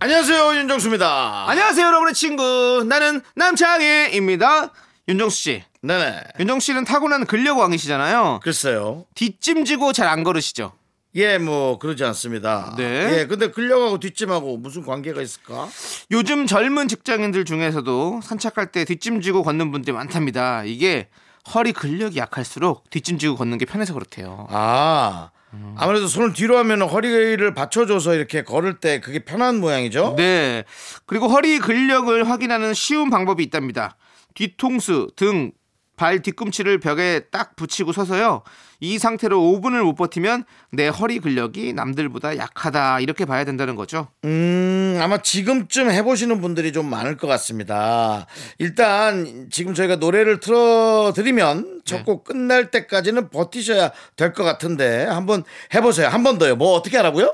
안녕하세요 윤정수입니다. 안녕하세요, 여러분의 친구. 나는 남창희입니다. 윤정수 씨. 네네. 윤정수 씨는 타고난 근력 왕이시잖아요. 글쎄요. 뒷짐지고 잘 안 걸으시죠? 예, 뭐 그러지 않습니다. 네. 예, 근데 근력하고 뒷짐하고 무슨 관계가 있을까? 요즘 젊은 직장인들 중에서도 산책할 때 뒷짐지고 걷는 분들이 많답니다. 이게 허리 근력이 약할수록 뒷짐지고 걷는 게 편해서 그렇대요. 아, 아무래도 손을 뒤로 하면 허리를 받쳐줘서 이렇게 걸을 때 그게 편한 모양이죠. 네. 그리고 허리 근력을 확인하는 쉬운 방법이 있답니다. 뒤통수, 등, 발 뒤꿈치를 벽에 딱 붙이고 서서요. 이 상태로 5분을 못 버티면 내 허리 근력이 남들보다 약하다 이렇게 봐야 된다는 거죠. 음, 아마 지금쯤 해보시는 분들이 좀 많을 것 같습니다. 일단 지금 저희가 노래를 틀어드리면 네. 첫 곡 끝날 때까지는 버티셔야 될 것 같은데 한번 해보세요. 한 번 더요. 뭐 어떻게 하라고요?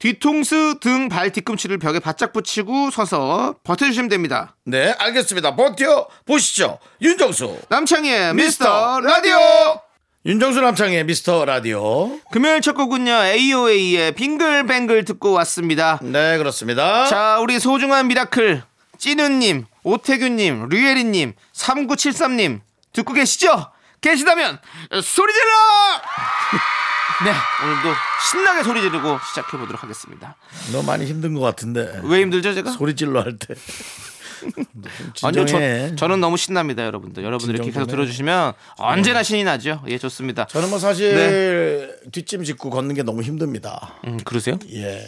뒤통수, 등, 발 뒤꿈치를 벽에 바짝 붙이고 서서 버텨주시면 됩니다. 네, 알겠습니다. 버텨 보시죠. 윤정수. 남창희의 미스터 라디오! 윤정수 남창의 미스터 라디오. 금요일 첫 곡은요, AOA의 빙글뱅글 듣고 왔습니다. 네, 그렇습니다. 자, 우리 소중한 미라클 찌누님, 오태규님, 류예리님, 3973님 듣고 계시죠? 계시다면 소리 질러! 네, 오늘도 신나게 소리 지르고 시작해 보도록 하겠습니다. 너 많이 힘든 것 같은데. 왜 힘들죠, 제가? 소리 질러 할 때. 아니요, 진정해. 저, 저는 너무 신납니다, 여러분들. 여러분들 이렇게 진정 좀 계속 해. 들어주시면 언제나 신이 나죠. 예, 좋습니다. 저는 뭐 사실 네. 뒷짐 짓고 걷는 게 너무 힘듭니다. 음, 그러세요? 예.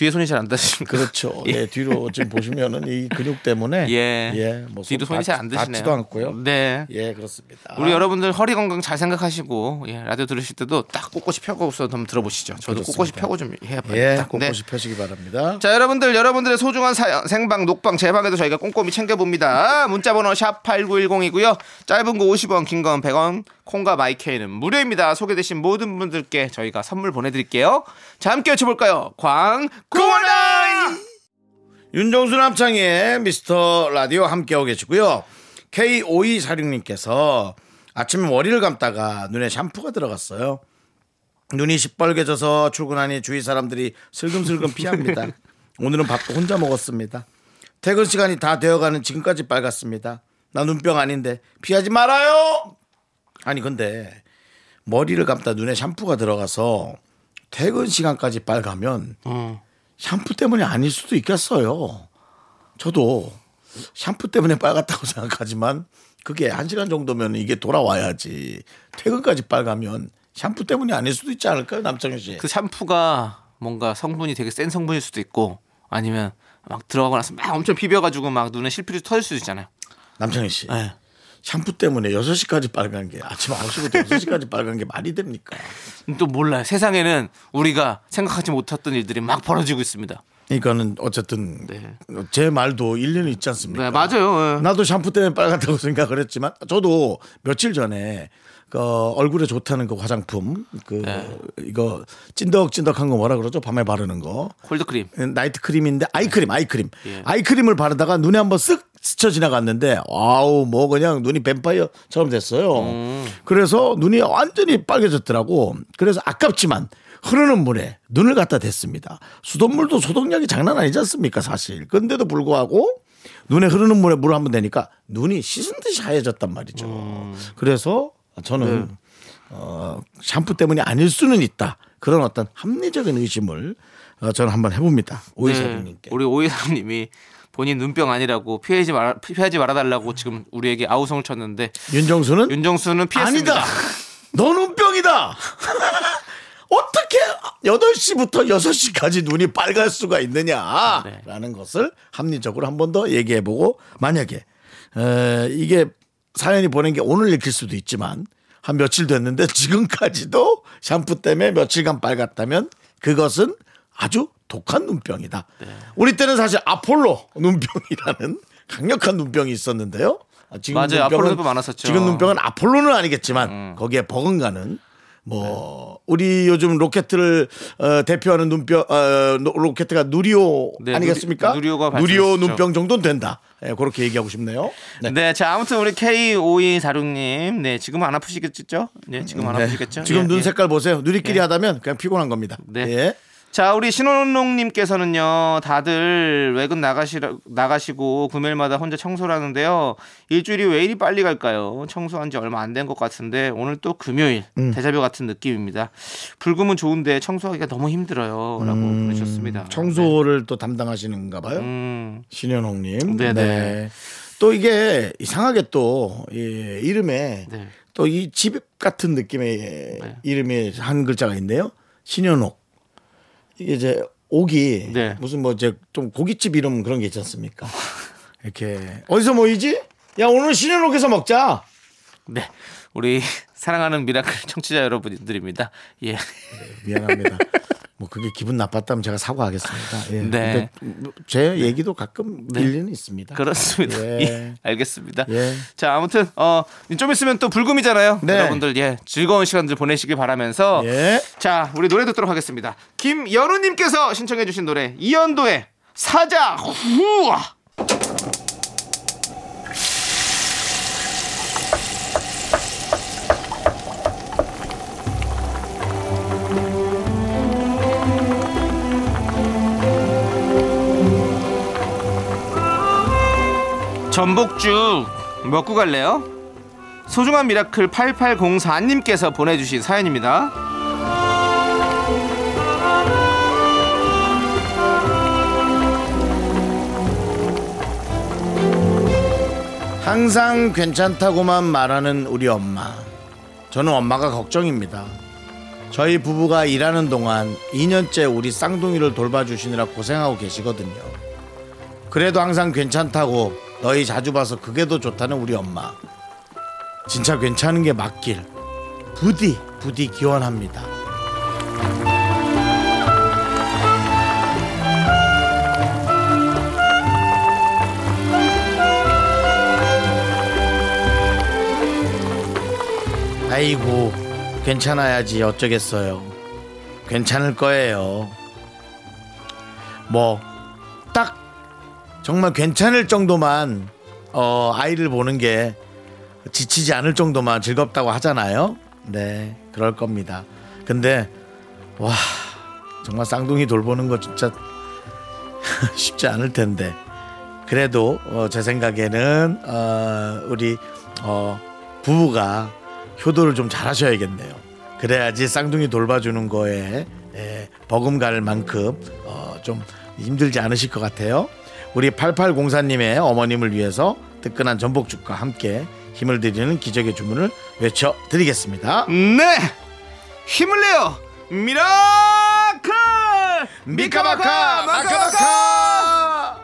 뒤에 손이 잘 안 닿으십니까? 그렇죠. 예, 뒤로 지금 보시면은 이 근육 때문에 예. 예, 뭐 뒤로 손이 잘 안 드시네요. 지도 않고요. 네. 예, 그렇습니다. 우리 여러분들 허리 건강 잘 생각하시고 예, 라디오 들으실 때도 딱 꼿꼿이 펴고서 한번 들어보시죠. 저도 꼿꼿이 그렇습니다. 펴고 좀 해야 예, 딱, 꼭 네. 보시 펴시기 바랍니다. 자 여러분들 여러분들의 소중한 사연 생방 녹방 제방에도 저희가 꼼꼼히 챙겨봅니다 문자번호 샵 8910이고요 짧은 거 50원 긴 건 100원 콩과 마이케이는 무료입니다 소개되신 모든 분들께 저희가 선물 보내드릴게요 자 함께 외쳐볼까요 광고나 윤정수 남창의 미스터 라디오 함께하고 계시고요. K5246님께서 아침에 머리를 감다가 눈에 샴푸가 들어갔어요. 눈이 시뻘개져서 출근하니 주위 사람들이 슬금슬금 피합니다. 오늘은 밥도 혼자 먹었습니다. 퇴근 시간이 다 되어가는 지금까지 빨갛습니다. 나 눈병 아닌데 피하지 말아요. 아니 근데 머리를 감다 눈에 샴푸가 들어가서 퇴근 시간까지 빨가면 샴푸 때문이 아닐 수도 있겠어요. 저도 샴푸 때문에 빨갛다고 생각하지만 그게 한 시간 정도면 이게 돌아와야지 퇴근까지 빨가면 샴푸 때문이 아닐 수도 있지 않을까요, 남창현 씨? 그 샴푸가 뭔가 성분이 되게 센 성분일 수도 있고 아니면 막 들어가고 나서 막 엄청 비벼가지고 막 눈에 실핏이 터질 수도 있잖아요 남창현 씨. 네. 샴푸 때문에 6시까지 빨간 게 아침 9시부터 6시까지 빨간 게 말이 됩니까? 또 몰라요 세상에는 우리가 생각하지 못했던 일들이 막 벌어지고 있습니다 이거는 어쨌든 네. 제 말도 일리는 있지 않습니까? 네 맞아요 예. 나도 샴푸 때문에 빨갛다고 생각을 했지만 저도 며칠 전에 그 얼굴에 좋다는 그 화장품 그 네. 이거 찐덕찐덕한 거 뭐라 그러죠? 밤에 바르는 거. 콜드크림 예, 나이트 크림인데 아이크림, 아이크림. 예. 아이크림을 바르다가 눈에 한번 쓱 스쳐 지나갔는데 와우 뭐 그냥 눈이 뱀파이어처럼 됐어요. 음. 그래서 눈이 완전히 빨개졌더라고. 그래서 아깝지만 흐르는 물에 눈을 갖다 댔습니다. 수돗물도 소독력이 장난 아니지 않습니까 사실. 근데도 불구하고 눈에 흐르는 물에 물을 한번 대니까 눈이 씻은 듯이 하얘졌단 말이죠. 음. 그래서 네. 저는 어, 샴푸 때문이 아닐 수는 있다. 그런 어떤 합리적인 의심을 어, 저는 한번 해봅니다. 오이사님께. 네. 우리 오이사님이 본인 눈병 아니라고 피하지 말 피하지 말아달라고 지금 우리에게 아우성을 쳤는데 윤정수는 윤정수는 피했습니다. 아니다. 너는 병이다. 어떻게 8시부터 6시까지 눈이 빨갈 수가 네. 있느냐라는 것을 합리적으로 한 번 더 얘기해보고 만약에 에, 이게 사연이 보낸 게 오늘 읽힐 수도 있지만 한 며칠 됐는데 지금까지도 샴푸 때문에 며칠간 빨갛다면 그것은 아주 독한 눈병이다. 네. 우리 때는 사실 아폴로 눈병이라는 강력한 눈병이 있었는데요. 아, 지금 맞아요. 아폴로 눈병 많았었죠. 지금 눈병은 아폴로는 아니겠지만 음. 거기에 버금가는 뭐 우리 요즘 로켓을 어, 대표하는 눈병 어, 노- 로켓가 누리호 네, 아니겠습니까? 누리- 누리호가 누리호 발전했었죠. 눈병 정도는 된다. 예, 그렇게 얘기하고 싶네요. 네. 네. 자, 아무튼 우리 K5246님. 네, 지금은 안 아프시겠죠? 네, 지금 안 네. 아프시겠죠? 지금 예, 눈 예. 색깔 보세요. 누리끼리 하다면 그냥 피곤한 겁니다. 네. 예. 자, 우리 신원농님께서는요, 다들 외근 나가시라, 나가시고 금요일마다 혼자 청소를 하는데요. 일주일이 왜 이리 빨리 갈까요? 청소한 지 얼마 안 된 것 같은데, 오늘 또 금요일, 음. 대자뷰 같은 느낌입니다. 불금은 좋은데 청소하기가 너무 힘들어요. 라고 보내셨습니다. 음, 아, 청소를 또 담당하시는가 봐요. 네. 음, 신현홍님. 네네. 네. 또 이게 이상하게 또 예, 이름에 네. 또 이 집 같은 느낌의 이름에 한 글자가 있네요. 신현옥. 이게 이제 옥이 네. 무슨 뭐 이제 좀 고깃집 이름 그런 게 있지 않습니까? 이렇게 어디서 모이지? 야 오늘 신현옥에서 먹자. 네. 우리 사랑하는 미라클 청취자 여러분들입니다. 예. 미안합니다. 뭐 그게 기분 나빴다면 제가 사과하겠습니다. 예. 네. 근데 제 얘기도 가끔 일리는 있습니다. 그렇습니다. 예. 예. 알겠습니다. 예. 자, 아무튼 어 좀 있으면 또 불금이잖아요. 네. 여러분들 예 즐거운 시간들 보내시길 바라면서 예. 자 우리 노래 듣도록 하겠습니다. 김여루님께서 신청해주신 노래 이연도의 사자 후와 전복죽 먹고 갈래요? 소중한 미라클 8804님께서 보내주신 사연입니다. 항상 괜찮다고만 말하는 우리 엄마. 저는 엄마가 걱정입니다. 저희 부부가 일하는 동안 2년째 우리 쌍둥이를 돌봐주시느라 고생하고 계시거든요. 그래도 항상 괜찮다고 너희 자주 봐서 그게 더 좋다는 우리 엄마. 진짜 괜찮은 게 맞길 부디 부디 기원합니다. 아이고 괜찮아야지 어쩌겠어요 괜찮을 거예요 뭐 딱 정말 괜찮을 정도만 어 아이를 보는 게 지치지 않을 정도만 즐겁다고 하잖아요 네 그럴 겁니다 근데 와 정말 쌍둥이 돌보는 거 진짜 쉽지 않을 텐데 그래도 어, 제 생각에는 어, 우리 어, 부부가 효도를 좀 잘하셔야겠네요. 그래야지 쌍둥이 돌봐주는 거에 예, 버금갈 만큼 어, 좀 힘들지 않으실 것 같아요. 우리 8804님의 어머님을 위해서 뜨끈한 전복죽과 함께 힘을 드리는 기적의 주문을 외쳐드리겠습니다. 네 힘을 내요 미라클 미카마카 마카마카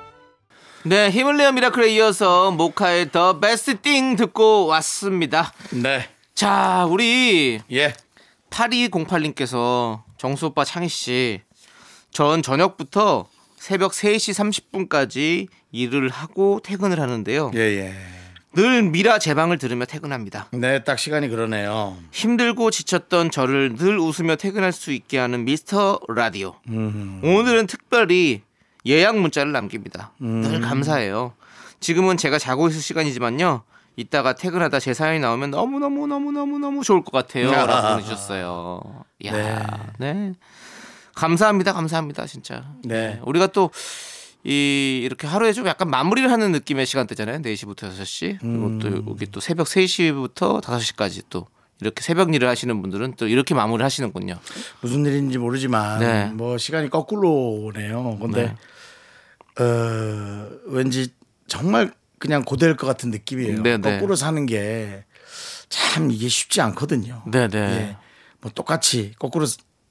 네 힘을 내요 미라클에 이어서 모카의 더 베스트 띵 듣고 왔습니다 네, 자 우리 예, 8208님께서 정수 오빠 창희 씨, 전 저녁부터 새벽 3시 30분까지 일을 하고 퇴근을 하는데요. 예, 예. 늘 미라 제방을 들으며 퇴근합니다. 네, 딱 시간이 그러네요. 힘들고 지쳤던 저를 늘 웃으며 퇴근할 수 있게 하는 미스터 라디오. 오늘은 특별히 예약 문자를 남깁니다. 늘 감사해요. 지금은 제가 자고 있을 시간이지만요. 이따가 퇴근하다 제 사연이 나오면 너무 너무 너무 너무 너무 좋을 것 같아요라고 보내주셨어요. 야, 네. 감사합니다, 감사합니다, 진짜. 네. 우리가 또. 이 이렇게 하루에 좀 약간 마무리를 하는 느낌의 시간대잖아요. 4시부터 6시. 그리고 또 여기 또 새벽 3시부터 5시까지 또 이렇게 새벽 일을 하시는 분들은 또 이렇게 마무리를 하시는군요. 무슨 일인지 모르지만 네. 뭐 시간이 거꾸로네요. 근데 네. 어, 왠지 정말 그냥 고될 것 같은 느낌이에요. 네, 네. 거꾸로 사는 게 참 이게 쉽지 않거든요. 네, 네. 예. 뭐 똑같이 거꾸로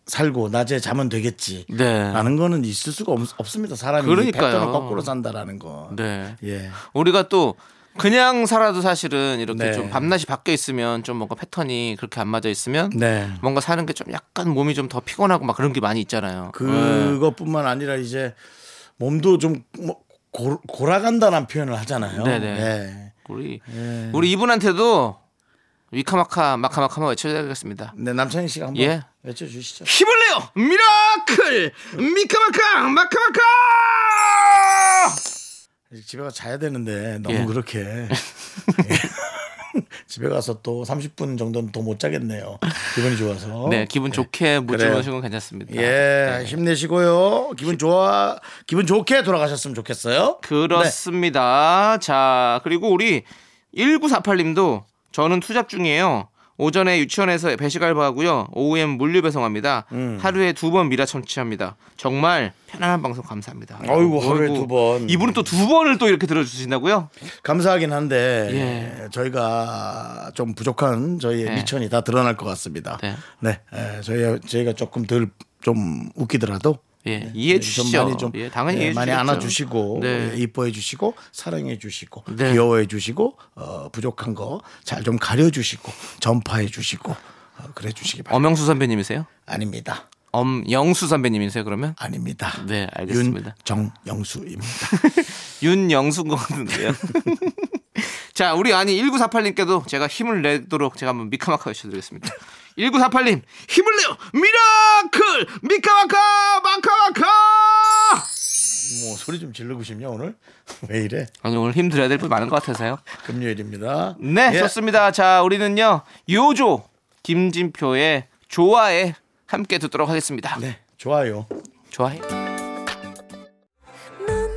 살고 낮에 자면 되겠지. 네. 라는 거는 있을 수가 없, 습니다 사람이 그러니까요. 패턴을 거꾸로 산다라는 거. 네. 예. 우리가 또 그냥 살아도 사실은 이렇게 네. 좀 밤낮이 바뀌어 있으면 좀 뭔가 패턴이 그렇게 안 맞아 있으면 네. 뭔가 사는 게 좀 약간 몸이 좀 더 피곤하고 막 그런 게 많이 있잖아요. 네. 그것뿐만 아니라 이제 몸도 좀 뭐, 고, 골아간다는 표현을 하잖아요. 네네. 네. 우리 우리 이분한테도 위카마카 마카마카마 외쳐야겠습니다. 네, 남창희 씨가 한번 예. 외쳐주시죠. 힘을 내요 미라클 미카마카 마카마카 집에 가서 자야 되는데 너무 예. 그렇게 예. 집에 가서 또 30분 정도는 더 못 자겠네요. 기분이 좋아서. 네 아, 기분 좋게 물 어? 그래요. 주무시는 건 괜찮습니다 예, 힘내시고요. 기분 좋아, 기분 좋게 돌아가셨으면 좋겠어요. 그렇습니다 자 그리고 우리 1948님도 저는 투잡 중이에요 오전에 유치원에서 배식 알바하고요 오후엔 물류 배송합니다 음. 하루에 두 번 미라 청취합니다 정말 편안한 방송 감사합니다 아이고, 하루에 두 번. 이분은 또 두 번을 또 이렇게 들어주신다고요? 네, 감사하긴 한데 저희가 좀 부족한 저희의 예. 네. 미천이 다 드러날 것 같습니다. 네. 네, 에, 저희 저희가 조금 덜 좀 웃기더라도 예, 네, 이해해 좀 주시죠. 많이 좀 예, 당연히 예, 이해해 많이 주시겠죠. 안아주시고 네. 예, 이뻐해 주시고 사랑해 주시고 네. 귀여워해 주시고 어, 부족한 거 잘 좀 가려주시고 전파해 주시고 어, 그래 주시기 바랍니다. 엄영수 선배님이세요? 아닙니다. 엄영수 선배님이세요 그러면? 아닙니다. 네, 알겠습니다. 윤정영수입니다. 윤영수인 것 같은데요. 자, 우리 아니 1948님께도 제가 힘을 내도록 제가 한번 미카마카 외쳐드리겠습니다. 1948님, 힘을 내요! 미라클! 미카마카! 마카마카! 뭐 소리 좀 지르고 싶냐 오늘? 왜 이래? 아니, 오늘 힘들어야 될 분 많은 것 같아서요. 금요일입니다. 네, 예. 좋습니다. 자, 우리는요, 요조, 김진표의 좋아해 함께 듣도록 하겠습니다. 네, 좋아요. 좋아해. 넌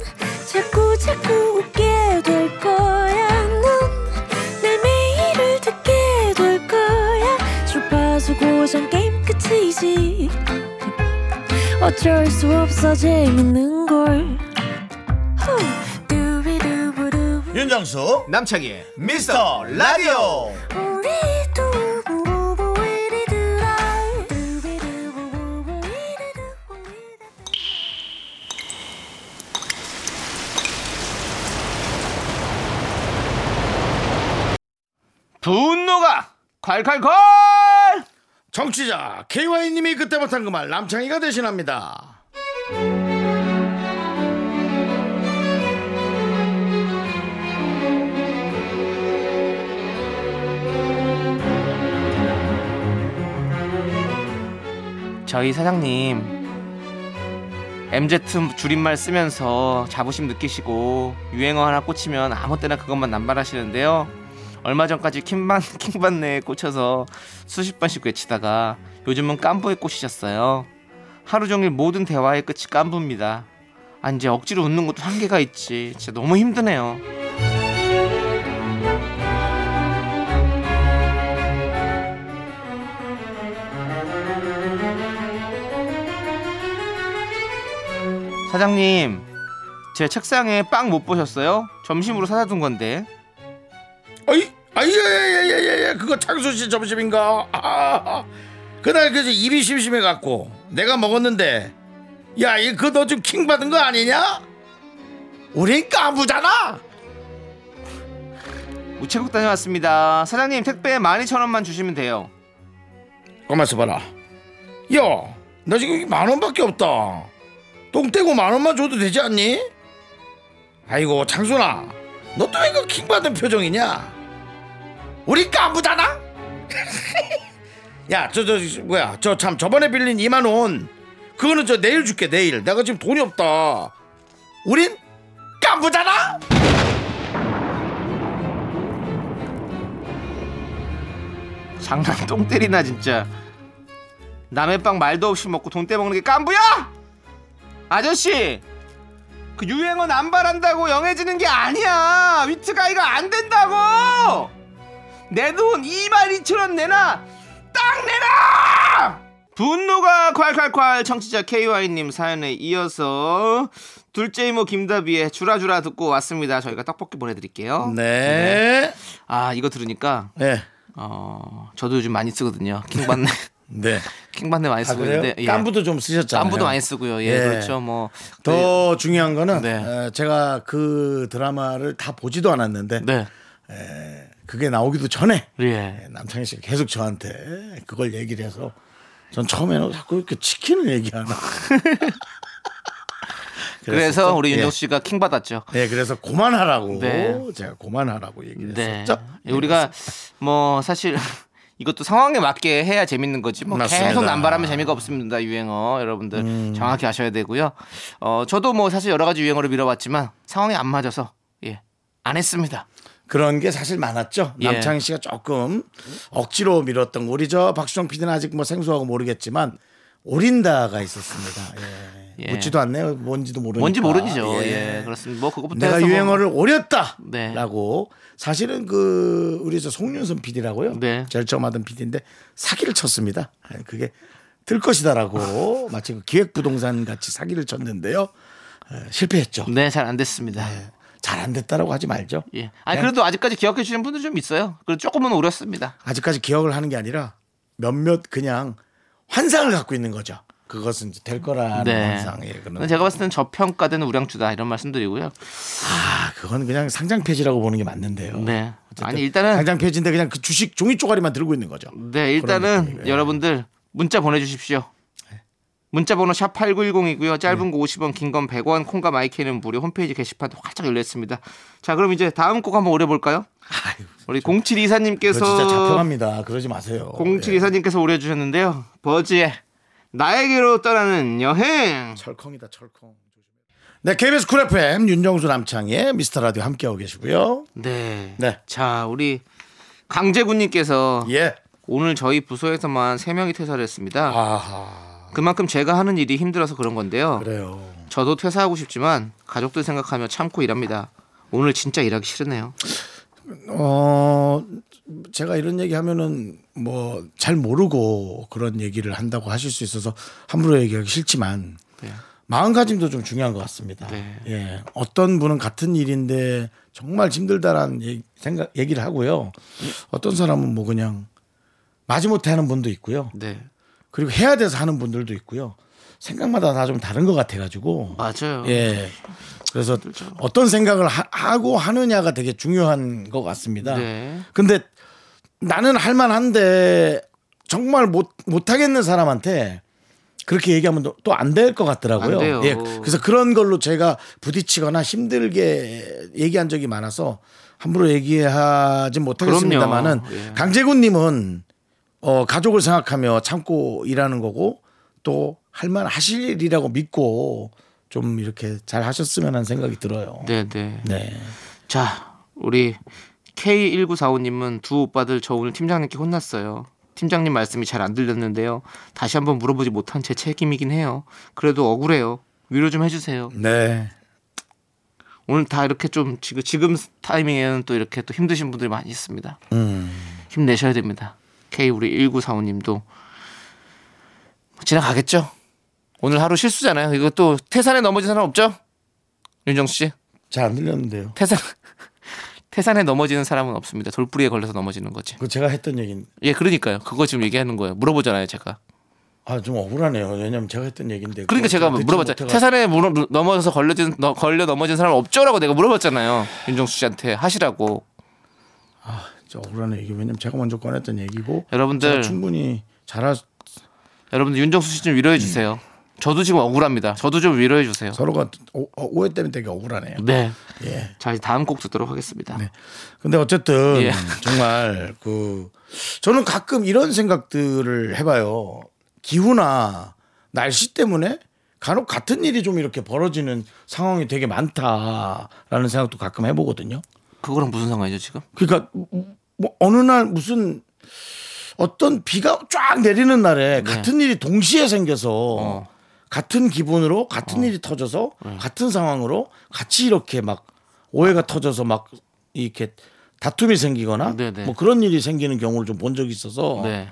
자꾸 자꾸 웃게 될 거야. 넌내 매일을 듣게 될 거야. 주파수 고정 게임 끝이지. 어쩔 수 없어 재밌는 걸. 후. 두비두부두. 윤정수 남창희의 미스터 라디오. 우리 두부부부 우리 두라. 두비두부부부 우리 두부 우리 두부. 분노가 콸콸콸! 정치자 KY님이 그때 못한 그 말 남창희가 대신합니다. 저희 사장님 MZ 줄임말 쓰면서 자부심 느끼시고 유행어 하나 꽂히면 아무 때나 그것만 남발하시는데요. 얼마 전까지 킹반 킹반내에 꽂혀서 수십 번씩 외치다가 요즘은 깐부에 꽂히셨어요. 하루 종일 모든 대화의 끝이 깐부입니다. 아 이제 억지로 웃는 것도 한계가 있지. 진짜 너무 힘드네요. 사장님, 제 책상에 빵 못 보셨어요? 점심으로 사다 둔 건데. 어이, 아이야야야야야, 그거 창수 씨 점심인가? 아, 아. 그날 그저 입이 심심해 갖고 내가 먹었는데, 야, 이그너 지금 킹 받은 거 아니냐? 우린 까부잖아. 우체국 다녀왔습니다. 사장님 택배 12,000원만 주시면 돼요. 가만 있어봐라. 야, 나 지금 여기 만 원밖에 없다. 똥 떼고 만 원만 줘도 되지 않니? 아이고 창순아, 너 또 이거 킹 받은 표정이냐? 우리 까부잖아. 야, 저 저 뭐야, 저 참 저번에 빌린 2만 원, 그거는 저 내일 줄게 내일. 내가 지금 돈이 없다. 우린 까부잖아. 장난 똥 때리나 진짜. 남의 빵 말도 없이 먹고 돈 떼먹는 게 깐부야? 아저씨! 그 유행어 남발한다고 영해지는 게 아니야! 위트가이가 안 된다고! 내 돈 22,000원 내놔! 딱 내놔! 분노가 콸콸콸 청취자 KY님 사연에 이어서 둘째 이모 김다비의 주라주라 듣고 왔습니다. 저희가 떡볶이 보내드릴게요. 네, 아 이거 들으니까 네, 어 저도 요즘 많이 쓰거든요. 킹받네. 네. 킹받네 많이 아, 쓰고 그래요? 있는데 예. 깐부도 좀 쓰셨잖아요. 깐부도 많이 쓰고요. 예, 예. 그렇죠. 뭐 더 중요한 거는 네. 에, 제가 그 드라마를 다 보지도 않았는데 네. 그게 나오기도 전에 예. 예, 남창희 씨가 계속 저한테 그걸 얘기를 해서 전 처음에는 자꾸 이렇게 치킨을 얘기하나. 그래서 그랬었죠? 우리 예. 윤정 씨가 킹 받았죠. 예, 그래서 그만하라고 네. 제가 그만하라고 얘기를 네. 했었죠. 예, 우리가 뭐 사실 이것도 상황에 맞게 해야 재밌는 거지. 뭐 맞습니다. 음. 계속 남발하면 재미가 없습니다. 유행어 여러분들 정확히 아셔야 되고요. 어 저도 뭐 사실 여러 가지 유행어를 밀어봤지만 상황이 안 맞아서 예 안 했습니다. 그런 게 사실 많았죠. 예. 남창희 씨가 조금 억지로 밀었던 거. 우리 저 박수정 PD는 아직 뭐 생소하고 모르겠지만 오린다가 있었습니다. 예. 예. 묻지도 않네요. 뭔지도 모르니까. 뭔지 모르죠. 예. 그렇습니다. 뭐 그거부터 그러니까. 내가 해서 뭐- 유행어를 오렸다. 네. 라고 사실은 그 우리 저 송윤선 PD라고요. 네. 제일 처음 하던 PD인데 사기를 쳤습니다. 예, 그게 들 것이다라고 마치 그 기획부동산 같이 사기를 쳤는데요. 예, 실패했죠. 네, 잘 안 됐습니다. 잘 안 됐다라고 하지 말죠. 예. 아니 그래도 아직까지 기억해 주시는 분들 좀 있어요. 그래도 조금은 오렸습니다. 아직까지 기억을 하는 게 아니라 몇몇 그냥 환상을 갖고 있는 거죠. 그것은 이제 될 거라는 네. 환상. 예, 그건, 제가 봤을 때는 저평가된 우량주다 이런 말씀드리고요. 아, 그건 그냥 상장 폐지라고 보는 게 맞는데요. 네. 어쨌든 아니 일단은 상장 폐지인데 그냥 그 주식 종이 쪼가리만 들고 있는 거죠. 네, 일단은 여러분들 문자 보내 주십시오. 네. 문자 번호 샵 8910이고요. 짧은 거 50원, 긴 건 100원, 콩과 마이크는 무료 홈페이지 게시판도 활짝 열려 있습니다. 자, 그럼 이제 다음 곡 한번 오려 볼까요? 우리 07 그거 진짜 이사님께서 잡혀갑니다. 그러지 마세요. 07 예. 이사님께서 오려 주셨는데요. 버즈의 나에게로 떠나는 여행. 철컹이다 철컹. 네, KBS 쿨 FM 윤정수 남창희의 미스터 라디오 함께하고 계시고요. 네. 네. 자, 우리 강재군님께서 예. 오늘 저희 부서에서만 3명이 퇴사를 했습니다. 아하. 그만큼 제가 하는 일이 힘들어서 그런 건데요. 그래요. 저도 퇴사하고 싶지만 가족들 생각하며 참고 일합니다. 오늘 진짜 일하기 싫으네요. 어 제가 이런 얘기 하면은 뭐 잘 모르고 그런 얘기를 한다고 하실 수 있어서 함부로 얘기하기 싫지만 네. 마음가짐도 좀 중요한 것 같습니다. 네. 예, 어떤 분은 같은 일인데 정말 힘들다라는 얘기, 생각 얘기를 하고요. 어떤 사람은 뭐 그냥 마지못해 하는 분도 있고요. 네. 그리고 해야 돼서 하는 분들도 있고요. 생각마다 다 좀 다른 것 같아가지고 맞아요. 예. 그래서 어떤 생각을 하, 고 하느냐가 되게 중요한 것 같습니다. 네. 근데 나는 할만한데 정말 못, 못하겠는 사람한테 그렇게 얘기하면 또 안 될 것 같더라고요. 안 돼요. 예. 그래서 그런 걸로 제가 부딪히거나 힘들게 얘기한 적이 많아서 함부로 얘기하지 못하겠습니다만은 그럼요. 예. 강재군님은 어, 가족을 생각하며 참고 일하는 거고 또 할만 하실 일이라고 믿고 좀 이렇게 잘 하셨으면 하는 생각이 들어요. 네, 네. 네. 자, 우리 K1945님은 두 오빠들 저 오늘 팀장님께 혼났어요. 팀장님 말씀이 잘 안 들렸는데요. 다시 한번 물어보지 못한 제 책임이긴 해요. 그래도 억울해요. 위로 좀 해주세요. 네. 오늘 다 이렇게 좀 지금 지금 타이밍에는 또 이렇게 또 힘드신 분들이 많이 있습니다. 힘내셔야 됩니다. K 우리 1945님도 뭐 지나가겠죠. 오늘 하루 실수잖아요. 이거 또 태산에 넘어진 사람 없죠? 윤정 씨 잘 안 들렸는데요. 태산 태산에 넘어지는 사람은 없습니다. 돌부리에 걸려서 넘어지는 거지. 그 제가 했던 얘기는 예, 그러니까요. 그거 지금 얘기하는 거예요. 물어보잖아요, 제가. 아 좀 억울하네요. 왜냐면 제가 했던 얘기인데 그러니까 제가 물어봤잖아요. 태산에 물어- 넘어져서 걸려진 너- 걸려 넘어진 사람 없죠라고 내가 물어봤잖아요. 윤정수 씨한테 하시라고. 태... 억울하네 이게 왜냐면 제가 먼저 꺼냈던 얘기고 여러분들. 제가 충분히 잘할 수- 여러분들 윤정수 씨 좀 위로해 주세요. 저도 지금 억울합니다. 저도 좀 위로해 주세요. 서로가 어, 오, 오해 때문에 되게 억울하네요. 네. 예. 자 이제 다음 곡 듣도록 하겠습니다. 네. 근데 어쨌든 예. 정말 그 저는 가끔 이런 생각들을 해봐요. 기후나 날씨 때문에 간혹 같은 일이 좀 이렇게 벌어지는 상황이 되게 많다라는 생각도 가끔 해보거든요. 그거랑 무슨 상관이죠 지금? 그러니까 뭐 어느 날 무슨 어떤 비가 쫙 내리는 날에 같은 일이 동시에 생겨서 네. 어. 네. 같은 기분으로 같은 일이 터져서 같은 상황으로 같이 이렇게 막 오해가 터져서 막 이렇게 다툼이 생기거나 네네. 뭐 그런 일이 생기는 경우를 좀 본 적이 있어서 네.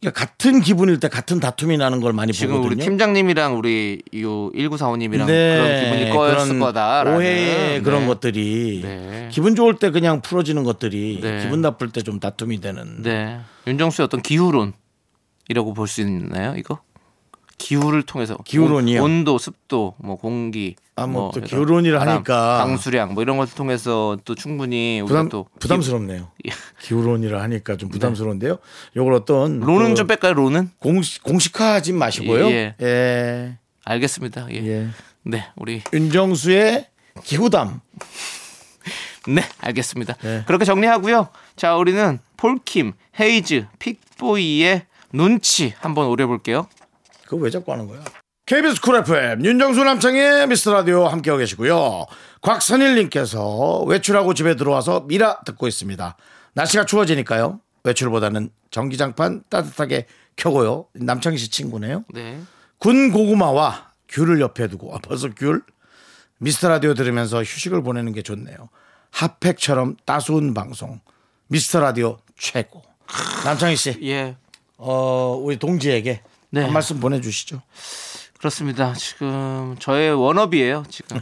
그러니까 같은 기분일 때 같은 다툼이 나는 걸 많이 지금 보거든요. 우리 팀장님이랑 우리 요 1945님이랑 그런 네, 기분이 꺼였을 그런 거다. 오해의 그런 것들이 네. 기분 좋을 때 그냥 풀어지는 것들이 네. 기분 나쁠 때 좀 다툼이 되는 네. 윤정수의 어떤 기후론 이라고 볼 수 있나요? 이거 기후를 통해서 기후론이요? 온, 도 습도, 뭐 공기, 아, 뭐또 이런 기후론이라 바람, 하니까. 강수량 뭐 이런 것을 통해서 또 충분히 우리가 부담 또 부담스럽네요. 예. 기후론이라 하니까 좀 부담스러운데요. 요걸 어떤 론은 그 좀 뺄까요? 론은 공식 공식화하지 마시고요. 예, 예. 예. 알겠습니다. 예. 네, 우리 윤정수의 기후담. 네, 알겠습니다. 네. 그렇게 정리하고요. 자, 우리는 폴킴, 헤이즈, 픽보이의 눈치 한번 오려볼게요. 그거 왜 자꾸 하는 거야? KBS 쿨 FM 윤정수 남창의 미스터 라디오 함께하고 계시고요. 곽선일님께서 외출하고 집에 들어와서 미라 듣고 있습니다. 날씨가 추워지니까요. 외출보다는 전기장판 따뜻하게 켜고요. 남창희 씨 친구네요. 네. 군 고구마와 귤을 옆에 두고 아, 벌써 귤 미스터 라디오 들으면서 휴식을 보내는 게 좋네요. 핫팩처럼 따스운 방송 미스터 라디오 최고. 남창희 씨, 예, 어 우리 동지에게 네. 한 말씀 보내주시죠. 그렇습니다. 지금 저의 워너비예요. 지금.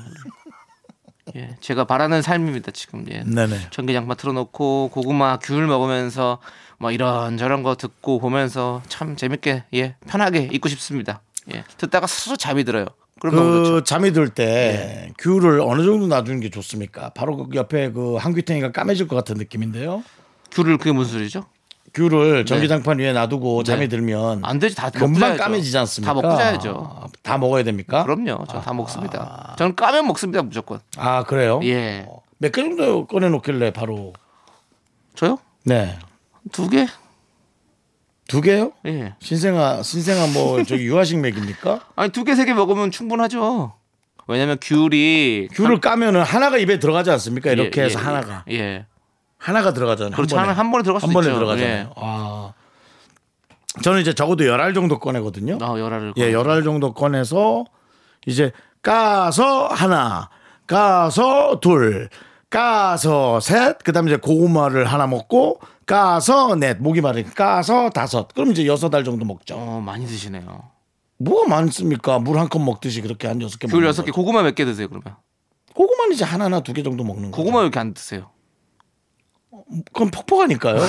예, 제가 바라는 삶입니다. 지금 예. 네네. 전기장판 틀어놓고 고구마 귤 먹으면서 뭐 이런 저런 거 듣고 보면서 참 재밌게 예 편하게 있고 싶습니다. 예 듣다가 스스로 잠이 들어요. 그럼 너무 좋죠. 네. 그 잠이 들 때 귤을 어느 정도 놔두는 게 좋습니까? 바로 그 옆에 그 한귀탱이가 까매질 것 같은 느낌인데요. 귤을 그게 무슨 소리죠? 귤을 전기장판 위에 놔두고 잠이 들면 네. 안 되지 다 먹고 금방 자야죠. 음. 까매지지 않습니까? 다 먹고 자야죠. 아, 다 먹어야 됩니까? 그럼요. 저 다 먹습니다. 저는 까면 먹습니다 무조건. 아 그래요? 예. 몇 개 정도 꺼내 놓길래 바로 저요? 네. 두 개? 두 개요? 예. 신생아 신생아 뭐 저기 유아식 맥입니까? 아니 두 개 세 개 먹으면 충분하죠. 왜냐면 귤이 귤을 까면은 하나가 입에 들어가지 않습니까? 이렇게 예, 해서 예, 하나가 예. 하나가 들어가잖아요. 그렇죠. 한 번에, 하나- 한 번에 들어갈 수 한 번에 있죠. 들어가잖아요. 예. 아. 저는 이제 적어도 열알 정도 꺼내거든요. 나 아, 열알을 예, 열알 정도 꺼내서 이제 까서 하나, 까서 둘, 까서 셋, 그다음에 이제 고구마를 하나 먹고 까서 넷, 목이 마르니까 까서 다섯. 그럼 이제 여섯 알 정도 먹죠. 어 많이 드시네요. 뭐가 많습니까? 물 한 컵 먹듯이 그렇게 한 여섯 개 귤 먹는 여섯 개 거죠. 고구마 몇 개 드세요 그러면? 고구마는 이제 하나나 두 개 정도 먹는 거죠. 고구마 왜 이렇게 안 드세요? 그건 퍽퍽하니까요.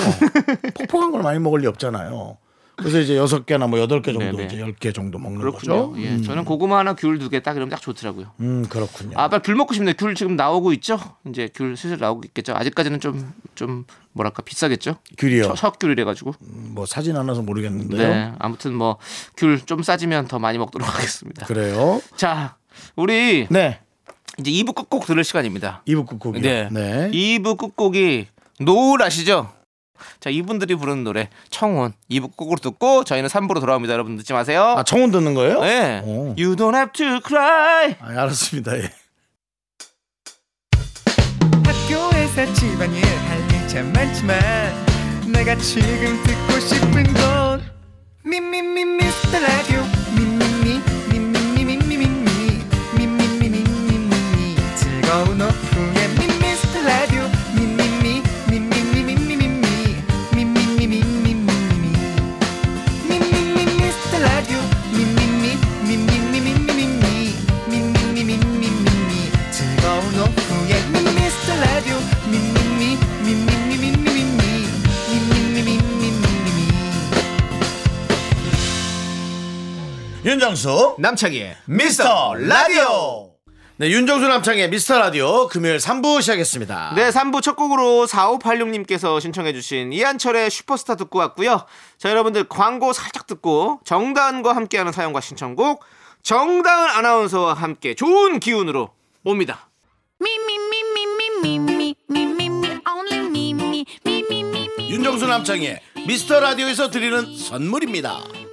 퍽퍽한 걸 많이 먹을 리 없잖아요. 그래서 이제 여섯 개나 뭐 여덟 개 정도 네네. 이제 열 개 정도 먹는 그렇군요. 거죠. 예. 저는 고구마 하나 귤 두 개 딱 이러면 딱 좋더라고요. 음, 그렇군요. 아, 빨리 귤 먹고 싶네. 귤 지금 나오고 있죠? 이제 귤 슬슬 나오고 있겠죠. 아직까지는 좀 좀 뭐랄까 비싸겠죠? 귤이요. 첫- 첫 귤이래 가지고. 뭐 사진 하나서 모르겠는데요. 네. 아무튼 뭐 귤 좀 싸지면 더 많이 먹도록 하겠습니다. 그래요. 자, 우리 네. 이제 2부 끝곡 들을 시간입니다. 이부 끝곡이요. 네. 네. 2부 끝곡이 노을 아시죠? 자, 이분들이 부르는 노래 청혼 2부 끝곡으로 듣고 저희는 3부로 돌아옵니다. 여러분 늦지 마세요. 아, 청혼 듣는 거예요? 네. 오. You don't have to cry. 아, 알았습니다. 예. 학교에서 집안일 할 일 참 많지만 내가 지금 듣고 싶은 건 미미미 미스터 라디오 미미미 미미미미미미 미미미미미미 즐거운 오후에 미스터 라디오 미미미 미미미미미미 미미미미미미미 미미미 미스터 라디오 미미미 미미미미미미 미미미미미미 즐거운 오후에 미스터 라디오 미미미 미미미미미미 미미미미미미미 윤정수 남창희의 미스터 라디오. 네, 윤정수 남창의 미스터 라디오 금요일 3부 시작했습니다. 네, 3부 첫 곡으로 4586님께서 신청해주신 이한철의 슈퍼스타 듣고 왔고요. 자, 여러분들 광고 살짝 듣고 정다은과 함께하는 사연과 신청곡 정다은 아나운서와 함께 좋은 기운으로 옵니다. Me, me, me, me, me, me, me, me, me, me, only me, me, me, me, me, me. 윤정수 남창의 미스터 라디오에서 드리는 선물입니다.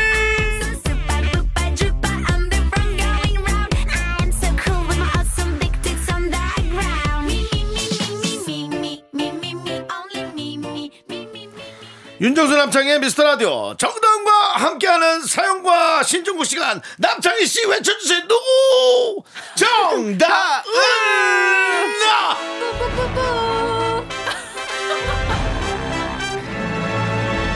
so super duper duper. I'm the one going round. I'm so cool with my awesome big tits on the ground. Me me me me me me me me me only me me me me me. 윤정수 남창의 미스터 라디오 정다운과 함께하는 사연과 신종국 시간 남창희 씨 외쳐주세요. 누구? 정다은! 아. 나!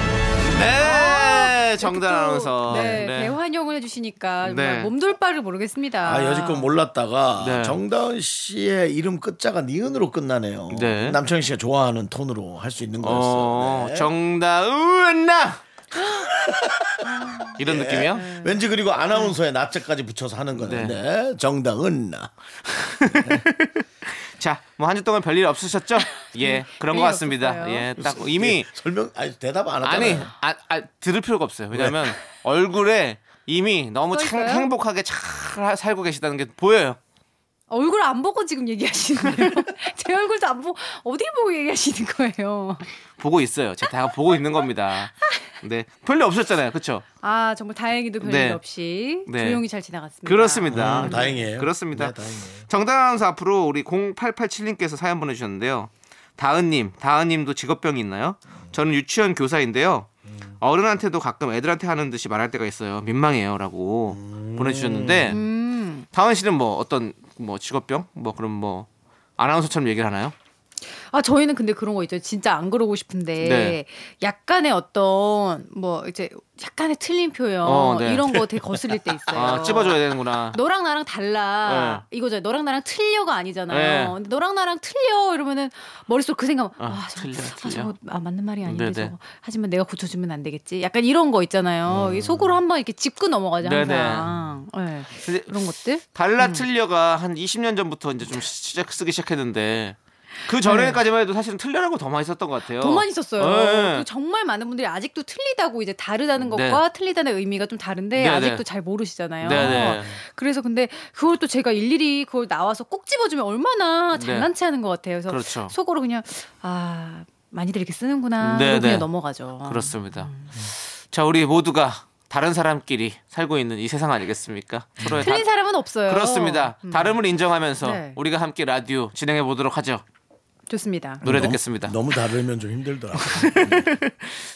아, 네 정단 또, 아나운서 네, 네. 대환영을 해주시니까 정말 네. 몸둘 바를 모르겠습니다. 아 여지껏 몰랐다가 네. 정다은 씨의 이름 끝자가 니은으로 끝나네요. 네. 남창희 씨가 좋아하는 톤으로 할 수 있는 거였어요. 어, 네. 정다은나 이런 느낌이요? 왠지 그리고 아나운서의 납자까지 붙여서 하는 건데 네. 정다은 나. 자, 뭐 한 주 동안 별일 없으셨죠? 예, 그런 것 별일 같습니다. 없었어요. 예, 딱 이미 설명 아니 대답 안 아니, 하잖아요. 아, 아, 들을 필요가 없어요. 왜냐하면 얼굴에 이미 너무 써 참 있어요? 행복하게 잘 살고 계시다는 게 보여요. 얼굴 안 보고 지금 얘기하시네요. 제 얼굴도 안 보고 어디 보고 얘기하시는 거예요. 보고 있어요. 제가 다 보고 있는 겁니다. 네, 별일 없었잖아요, 그렇죠? 아 정말 다행히도 별일 네. 없이 네. 조용히 잘 지나갔습니다. 그렇습니다. 음, 다행이에요. 그렇습니다. 네, 다행이에요. 정당 아나운서 앞으로 우리 0887님께서 사연 보내주셨는데요. 다은님, 다은님도 직업병이 있나요? 저는 유치원 교사인데요. 어른한테도 가끔 애들한테 하는 듯이 말할 때가 있어요. 민망해요라고 보내주셨는데 음. 다은 씨는 뭐 어떤 뭐 직업병? 뭐 그럼 뭐 아나운서처럼 얘기를 하나요? 아 저희는 근데 그런 거 있죠. 진짜 안 그러고 싶은데 네. 약간의 어떤 뭐 이제 약간의 틀린 표현 어, 네. 이런 거 되게 거슬릴 때 있어요. 아, 찝어줘야 되는구나. 너랑 나랑 달라 이거죠. 너랑 나랑 틀려가 아니잖아요. 네. 근데 너랑 나랑 틀려 이러면은 머릿속 그 생각. 아, 아, 저거, 틀려, 아, 틀려. 저거 아, 맞는 말이 아닌데 네네. 저거. 하지만 내가 고쳐주면 안 되겠지. 약간 이런 거 있잖아요. 이 속으로 한번 이렇게 짚고 넘어가자 음. 네네. 항상. 네. 근데 그런 것들. 달라 틀려가 한 20년 전부터 이제 좀 시- 시작 쓰기 시작했는데 그 전에까지만 해도 사실은 틀려라고 더 많이 썼던 것 같아요. 더 많이 썼어요. 네. 그리고 정말 많은 분들이 아직도 틀리다고 이제 다르다는 네. 것과 틀리다는 의미가 좀 다른데 네네. 아직도 잘 모르시잖아요. 네네. 그래서 근데 그걸 또 제가 일일이 그걸 나와서 꼭 집어주면 얼마나 네. 장난치 하는 것 같아요. 그래서 그렇죠. 속으로 그냥 아 많이들 이렇게 쓰는구나 네네. 그러고 그냥 넘어가죠. 그렇습니다. 자, 우리 모두가 다른 사람끼리 살고 있는 이 세상 아니겠습니까? 음. 서로의 틀린 다- 사람은 없어요. 그렇습니다. 음, 다름을 인정하면서 네. 우리가 함께 라디오 진행해 보도록 하죠. 좋습니다. 노래 너무- 듣겠습니다. 음. 너무 다르면 좀 힘들더라고요.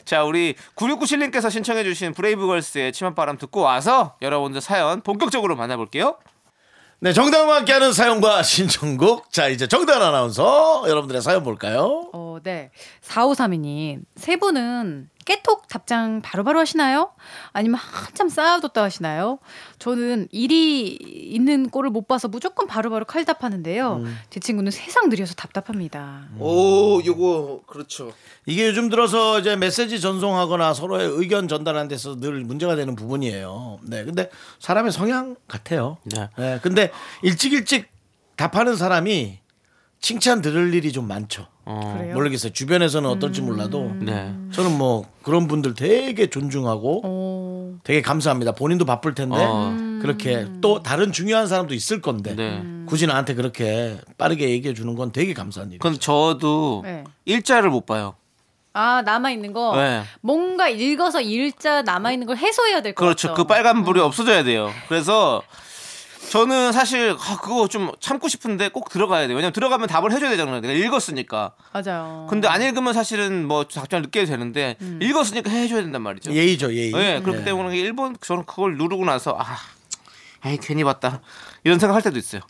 자, 우리 9697님께서 신청해 주신 브레이브걸스의 치맛바람 듣고 와서 여러분들 사연 본격적으로 만나볼게요. 네, 정당과 함께하는 사연과 신청곡. 자, 이제 정당 아나운서 여러분들의 사연 볼까요? 어, 네. 4532님. 세 분은 깨톡 답장 바로바로 하시나요? 아니면 한참 쌓아뒀다 하시나요? 저는 일이 있는 꼴을 못 봐서 무조건 바로바로 칼답하는데요. 음. 제 친구는 세상 느려서 답답합니다. 오, 요거 그렇죠. 이게 요즘 들어서 이제 메시지 전송하거나 서로의 의견 전달하는 데서 늘 문제가 되는 부분이에요. 네, 근데 사람의 성향 같아요. 네. 근데 일찍 일찍 답하는 사람이 칭찬 들을 일이 좀 많죠. 그래요? 음. 모르겠어요. 주변에서는 어떨지 몰라도 네. 저는 뭐 그런 분들 되게 존중하고 어, 되게 감사합니다. 본인도 바쁠 텐데 어. 그렇게 또 다른 중요한 사람도 있을 건데 네. 굳이 나한테 그렇게 빠르게 얘기해 주는 건 되게 감사한 일이에요. 그럼 저도 네. 일자를 못 봐요. 아, 남아있는 거? 네. 뭔가 읽어서 일자 남아있는 음. 걸 해소해야 될 것 그렇죠. 같죠. 그 빨간 불이 없어져야 돼요. 그래서 저는 사실 아, 그거 좀 참고 싶은데 꼭 들어가야 돼요. 왜냐면 들어가면 답을 해줘야 되잖아요. 내가 읽었으니까. 맞아요. 근데 안 읽으면 사실은 뭐 답장 늦게 해도 되는데 음. 읽었으니까 해줘야 된단 말이죠. 예. 예의죠, 예의. 그렇기 때문에 일본 저는 그걸 누르고 나서 아, 에이 괜히 봤다 이런 생각할 때도 있어요.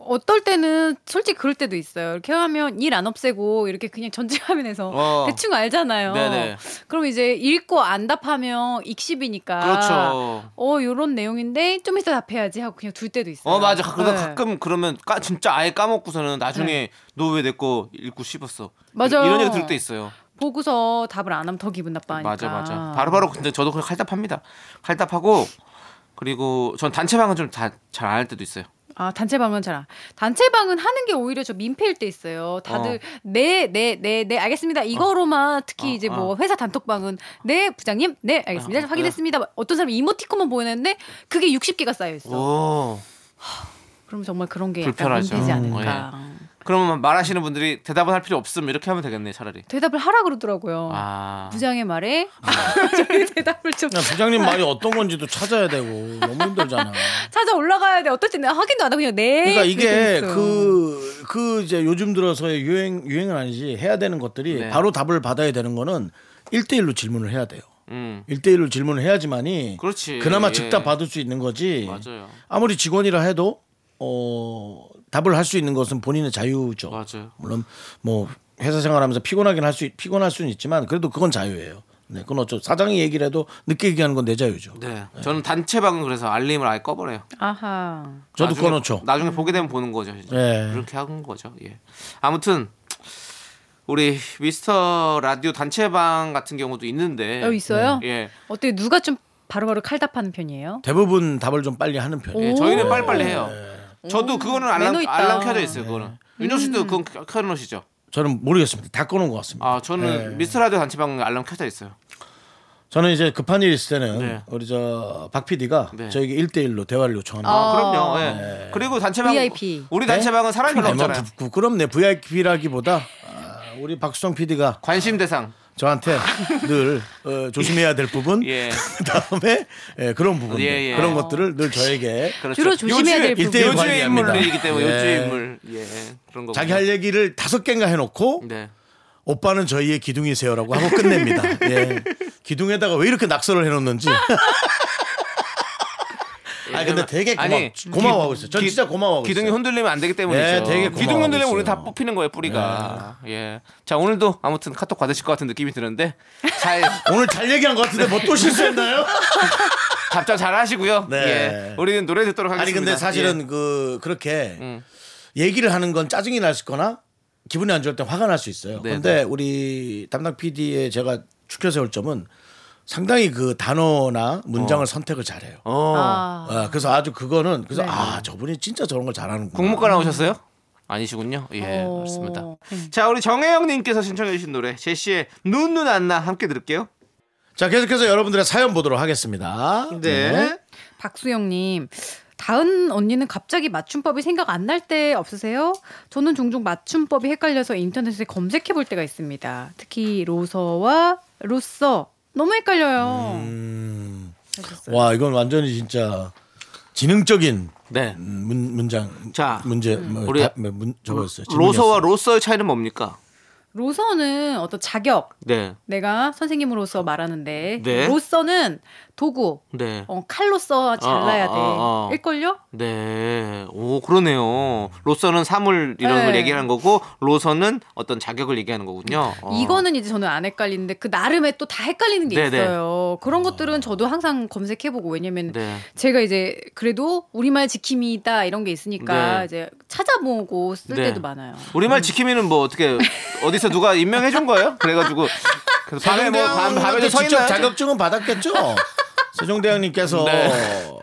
어떨 때는 솔직히 그럴 때도 있어요. 이렇게 하면 일 안 없애고 이렇게 그냥 전체 화면에서 어. 대충 알잖아요. 네네. 그럼 이제 읽고 안 답하면 익십이니까. 그렇죠. 어, 요런 내용인데 좀 이따 답해야지 하고 그냥 둘 때도 있어요. 어 맞아. 그러다 네. 가끔 그러면 까, 진짜 아예 까먹고서는 나중에 너 왜 내 거 읽고 씹었어? 예. 맞아요. 이런 얘기 들을 때 있어요. 보고서 답을 안 하면 더 기분 나빠하니까. 맞아 맞아 바로바로 근데 저도 그냥 칼답합니다 칼답하고 그리고 전 단체방은 좀 잘 안 할 때도 있어요 아, 단체방은 잘 안. 단체방은 하는 게 오히려 저 민폐일 때 있어요. 다들 네, 네, 네, 네, 알겠습니다. 이거로만 특히 어, 이제 어. 뭐 회사 단톡방은 네, 부장님, 네, 알겠습니다. 어, 어, 확인했습니다. 어떤 사람이 이모티콘만 보내는데 그게 60개가 쌓여 있어. 오 그럼 정말 그런 게 어. 불편하죠. 약간 되지 음, 않을까. 그러면 말하시는 분들이 대답을 할 필요 없음 이렇게 하면 되겠네 차라리. 대답을 하라 그러더라고요. 아. 부장의 말에 저희 대답을 좀 그냥 부장님 말이 어떤 건지도 찾아야 되고 너무 힘들잖아. 찾아 올라가야 돼. 어떨지 내가 확인도 안 하고 그냥 네. 그러니까 이게 이렇게 있어요. 그, 그 이제 요즘 들어서의 유행, 유행은 아니지 해야 되는 것들이 네. 바로 답을 받아야 되는 거는 1대1로 질문을 해야 돼요. 음. 1대1로 질문을 해야지만이 그렇지. 그나마 예. 즉답 받을 수 있는 거지. 맞아요. 아무리 직원이라 해도 어, 답을 할 수 있는 것은 본인의 자유죠. 맞아요. 물론 뭐 회사 생활하면서 피곤하긴 할 수 피곤할 수는 있지만 그래도 그건 자유예요. 네, 그건 어쩌 사장이 얘기를 해도 늦게 얘기하는 건 내 자유죠. 네. 저는 단체방은 그래서 알림을 아예 꺼버려요. 아하. 저도 나중에- 꺼놓죠. 나중에 보게 되면 보는 거죠. 진짜. 예. 그렇게 한 거죠. 예. 아무튼 우리 미스터 라디오 단체방 같은 경우도 있는데. 어, 있어요? 예. 어떻게 누가 좀 바로바로 칼답하는 편이에요? 대부분 답을 좀 빨리 하는 편이에요. 예, 저희는 빨리빨리 해요. 네. 저도 그거는 알람 매너 있다. 음. 알람 켜져 있어요. 그거는. 윤정 씨도 그건 켜- 켜놓으시죠. 저는 모르겠습니다. 다 꺼놓은 것 같습니다. 아 네. 저는 미스터 라디오 단체방 알람 켜져 있어요. 저는 이제 급한 일 있을 때는 네. 우리 저박 PD가 네. 저에게 1대1로 대화를 요청합니다. 아, 그럼요. 예. 그리고 단체방 VIP. 우리 단체방은 사람이 별로 아니, 네. 뭐 없잖아요. 부- 부끄럽네. VIP라기보다 아, 우리 박수정 PD가 관심 대상. 저한테 늘 어, 조심해야 될 부분, 예. 그다음에 예, 그런 부분, 예, 예. 그런 것들을 늘 저에게 그렇죠. 주로 조심해야 될 요주의- 부분. 일대일 요주의 네, 관리합니다. 인물이기 때문에 예. 요주의 인물. 예. 그런 거. 자기 할 얘기를 다섯 개인가 해놓고 네. 오빠는 저희의 기둥이세요라고 하고 끝냅니다. 예. 기둥에다가 왜 이렇게 낙서를 예, 해놓는지. 아 근데 되게 고마, 아니, 고마워하고 있어요. 전 기- 진짜 고마워하고 기둥이 있어요. 흔들리면 안 되기 때문이죠. 예, 되게 기둥 흔들리면 고마워하고 우리 다 있어요. 네. 뽑히는 거예요, 뿌리가. 예. 자, 오늘도 아무튼 카톡 받으실 것 같은 느낌이 드는데 잘 오늘 잘 얘기한 것 같은데 뭐 또 실수했나요? 답장 잘 하시고요. 네. 예. 우리는 노래 듣도록 하겠습니다. 아니 근데 사실은 예. 음. 그 그렇게 얘기를 하는 건 짜증이 날 거나 기분이 안 좋을 때 화가 날 수 있어요. 네, 근데 우리 담당 PD의 제가 추켜 세울 점은 상당히 그 단어나 문장을 선택을 잘해요. 어. 아. 아, 그래서 아주 그거는 그래서 아 저분이 진짜 저런 걸 잘하는 구나 국문과 나오셨어요? 아니시군요. 예, 어. 맞습니다. 자, 우리 정혜영님께서 신청해주신 노래 제시의 눈 눈 안나 함께 들을게요. 자 계속해서 여러분들의 사연 보도록 하겠습니다. 네. 박수영님. 다은 언니는 갑자기 맞춤법이 생각 안 날 때 없으세요? 저는 종종 맞춤법이 헷갈려서 인터넷에 검색해 볼 때가 있습니다. 특히 로서와 로서 너무 헷갈려요. 음. 하셨어요. 와 이건 완전히 진짜 지능적인 네. 음, 문, 문장 자, 문제 뭐, 우리 다- 뭐, 문, 저거였어요. 로서와 로서의 차이는 뭡니까? 로서는 어떤 자격 네. 내가 선생님으로서 말하는데 어. 네. 로서는 도구 네. 어, 칼로서 잘라야 아, 아, 아, 아. 돼 일걸요? 네. 오, 그러네요. 로서는 사물 이런 네. 걸 얘기하는 거고, 로서는 어떤 자격을 얘기하는 거군요. 어. 이거는 이제 저는 안 헷갈리는데 그 나름의 또 다 헷갈리는 게 네네. 있어요. 그런 것들은 저도 항상 검색해보고 왜냐면 네. 제가 이제 그래도 우리말 지킴이다 이런 게 있으니까 네. 이제 찾아보고 쓸 네. 때도 많아요. 우리말 지킴이는 뭐 어떻게 어디서 누가 임명해 준 거예요? 그래가지고 그래서 밤에 뭐 밤, 밤에 밤에 좀서 직접 있나요? 자격증은 받았겠죠. 세종대왕님께서 어, 네.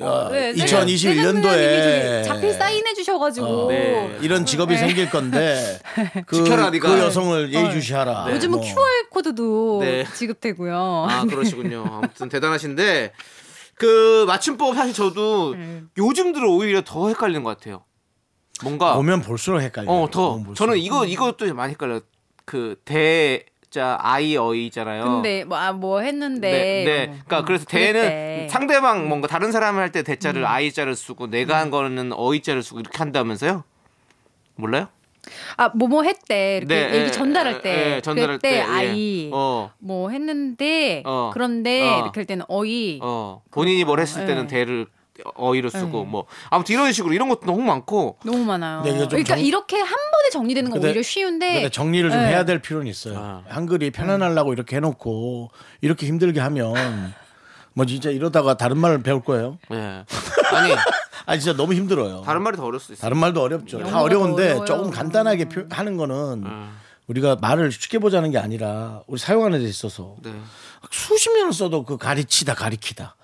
야, 네, 2021년도에 세- 세종대왕님이 저기 자필 사인해 주셔가지고 어, 네. 이런 직업이 생길 건데 그, 지켜라, 네가. 그 여성을 예의주시하라. 네. 어, 요즘은 뭐. QR 코드도 네. 지급되고요. 아 그러시군요. 아무튼 대단하신데 그 맞춤법 사실 저도 음. 요즘 들어 오히려 더 헷갈리는 것 같아요. 뭔가 보면 볼수록 네. 헷갈려. 어, 더. 저는 이거, 이것도 많이 헷갈려요. 그, 대, 자, 아이, 어이잖아요. 근데 뭐, 아, 뭐 했는데 네, 네. 뭐. 그러니까 그래서 그럴 대는 때. 상대방 뭔가 다른 사람 할 때 음. 대자를 아이자를 쓰고 내가 한 거는 어이자를 쓰고 이렇게 한다면서요? 몰라요? 아, 뭐뭐 했대. 이렇게 네, 얘기 예, 전달할 때. 예, 전달할 그때 때, 예. 아이. 어. 뭐 했는데 어. 그런데 어. 이렇게 할 때는 어이. 어. 본인이 뭘 했을 때는 예. 대를 어이로 쓰고 뭐 아무튼 이런 식으로 이런 것도 너무 많고 너무 많아요. 네, 이게 좀 그러니까 정- 이렇게 한 번에 정리되는 건 근데- 오히려 쉬운데 근데 정리를 좀 네. 해야 될 필요는 있어요. 아. 한글이 편안하려고 이렇게 해놓고 이렇게 힘들게 하면 뭐 진짜 이러다가 다른 말을 배울 거예요. 예. 아니 아 진짜 너무 힘들어요. 다른 말이 더 어려울 수 있어요. 다른 말도 어렵죠. 다 영어도 어려운데 어려워요. 조금 간단하게 표, 하는 네. 거는 우리가 말을 쉽게 보자는 게 아니라 우리 사용하는 데 있어서 네. 수십 년을 써도 그 가르치다 가르키다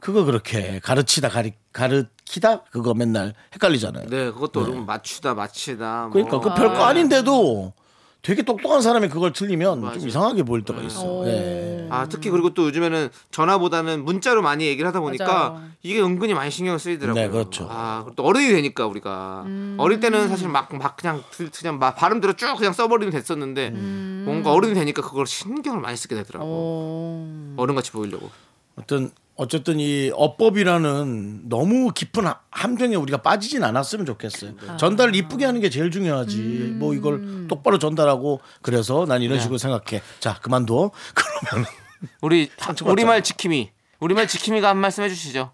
그거 그렇게 가르치다 가리 가르키다 그거 맨날 헷갈리잖아요. 네. 뭐. 네, 그것도 어려면 맞추다, 맞히다. 그러니까 그 별거 아닌데도 되게 똑똑한 사람이 그걸 틀리면 맞아요. 좀 이상하게 보일 때가 네. 있어. 오. 예. 아 특히 그리고 또 요즘에는 전화보다는 문자로 많이 얘기를 하다 보니까 맞아요. 이게 은근히 많이 신경 쓰이더라고요. 네, 그렇죠. 아, 그리고 또 어른이 되니까 우리가 음. 어릴 때는 사실 막 막 그냥 들- 그냥 막 발음대로 쭉 그냥 써버리면 됐었는데 음. 뭔가 어른이 되니까 그걸 신경을 많이 쓰게 되더라고. 어. 어른같이 보이려고. 어떤 어쨌든 이 어법이라는 너무 깊은 하- 함정에 우리가 빠지진 않았으면 좋겠어요. 아. 전달을 이쁘게 하는 게 제일 중요하지. 음. 뭐 이걸 똑바로 전달하고 그래서 난 네. 이런 식으로 생각해. 자 그만둬. 그러면 우리 우리말 지킴이 우리말 지킴이가 한 말씀 해주시죠.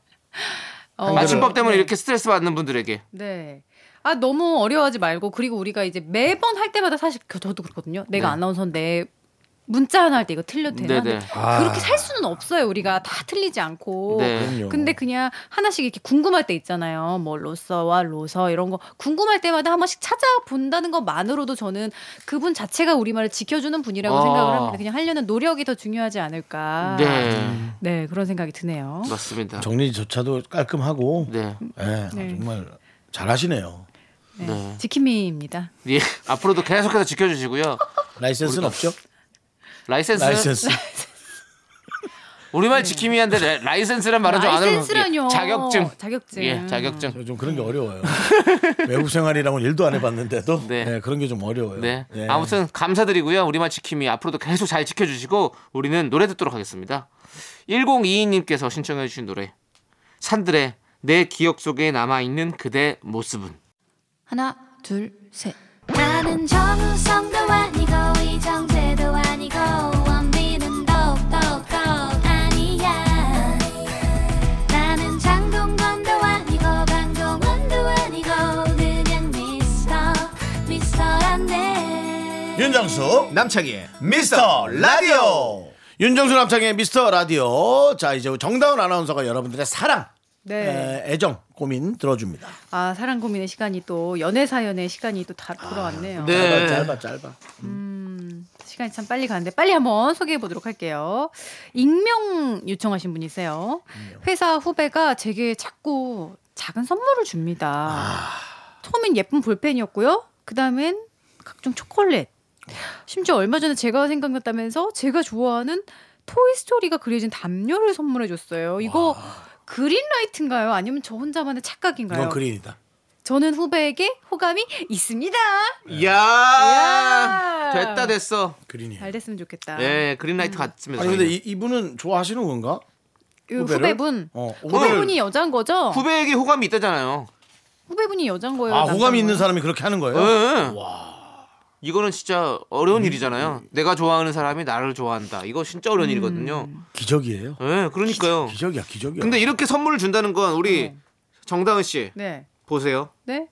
어. 맞춤법 때문에 이렇게 스트레스 받는 분들에게 네. 아 너무 어려워하지 말고 그리고 우리가 이제 매번 할 때마다 사실 그- 저도 그렇거든요. 내가 네. 아나운서인데 문자 하나 할 때 이거 틀려도 되나? 네네. 근데 그렇게 살 수는 없어요. 우리가 다 틀리지 않고. 네. 아. 그럼요. 근데 그냥 하나씩 이렇게 궁금할 때 있잖아요. 뭐 로서와 로서 이런 거 궁금할 때마다 한 번씩 찾아본다는 것만으로도 저는 그분 자체가 우리말을 지켜주는 분이라고 아. 생각을 합니다. 그냥 하려는 노력이 더 중요하지 않을까. 네 네, 그런 생각이 드네요. 맞습니다. 정리조차도 깔끔하고 네. 예, 네. 정말 잘하시네요. 네. 네. 지킴이입니다. 예. 앞으로도 계속해서 지켜주시고요. 라이센스는 없죠? 라이센스. 라이센스. 우리말 지킴이한데 라- 라이센스란 말은 좀 안으로 예, 라이센스라뇨. 자격증. 자격증. 예, 자격증. 좀 그런 게 어려워요. 외국 생활이라고는 일도 안 해봤는데도 네. 예, 그런 게 좀 어려워요. 네. 예. 아무튼 감사드리고요. 우리말 지킴이 앞으로도 계속 잘 지켜주시고 우리는 노래 듣도록 하겠습니다. 1022님께서 신청해주신 노래 산들의 내 기억 속에 남아 있는 그대 모습은 하나, 둘, 셋. 나는 정우성도 아니고 이정재도 아니고 원빈은 더욱더 아니야 나는 장동건도 아니고 강동원도 아니고 그냥 미스터 미스터란데 윤정수 남창희의 미스터 라디오 윤정수 남창의 미스터 라디오 자 이제 정다운 아나운서가 여러분들의 사랑 네. 에, 애정 고민 들어줍니다 아 사랑 고민의 시간이 또 연애 사연의 시간이 또 다, 돌아왔네요. 네. 짧아 짧아 짧아 시간이 참 빨리 가는데 빨리 한번 소개해 보도록 할게요. 익명 요청하신 분이세요. 회사 후배가 제게 자꾸 작은 선물을 줍니다. 아. 처음엔 예쁜 볼펜이었고요. 그 다음엔 각종 초콜릿. 심지어 얼마 전에 제가 생각났다면서 제가 좋아하는 토이스토리가 그려진 담요를 선물해 줬어요. 이거 그린라이트인가요? 아니면 저 혼자만의 착각인가요? 이건 그린이다 저는 후배에게 호감이 있습니다. 야 이야. 예. 아, 됐다 됐어. 그린이 잘 됐으면 좋겠다. 예, 그린라이트 갔습니다. 아니 근데 이, 이분은 좋아하시는 건가 그 후배를? 후배분. 어, 후배분이 여자인 거죠? 후배에게 호감이 있다잖아요. 후배분이 여자인 거예요. 아 남자인 호감이 있는 거예요? 사람이 그렇게 하는 거예요 네. 예. 이거는 진짜 어려운 음. 일이잖아요. 내가 좋아하는 사람이 나를 좋아한다. 이거 진짜 음. 어려운 일이거든요. 기적이에요 예, 그러니까요. 기적이야 기적이야 근데 이렇게 선물을 준다는 건 우리 네. 정다은 씨 네. 보세요. 네.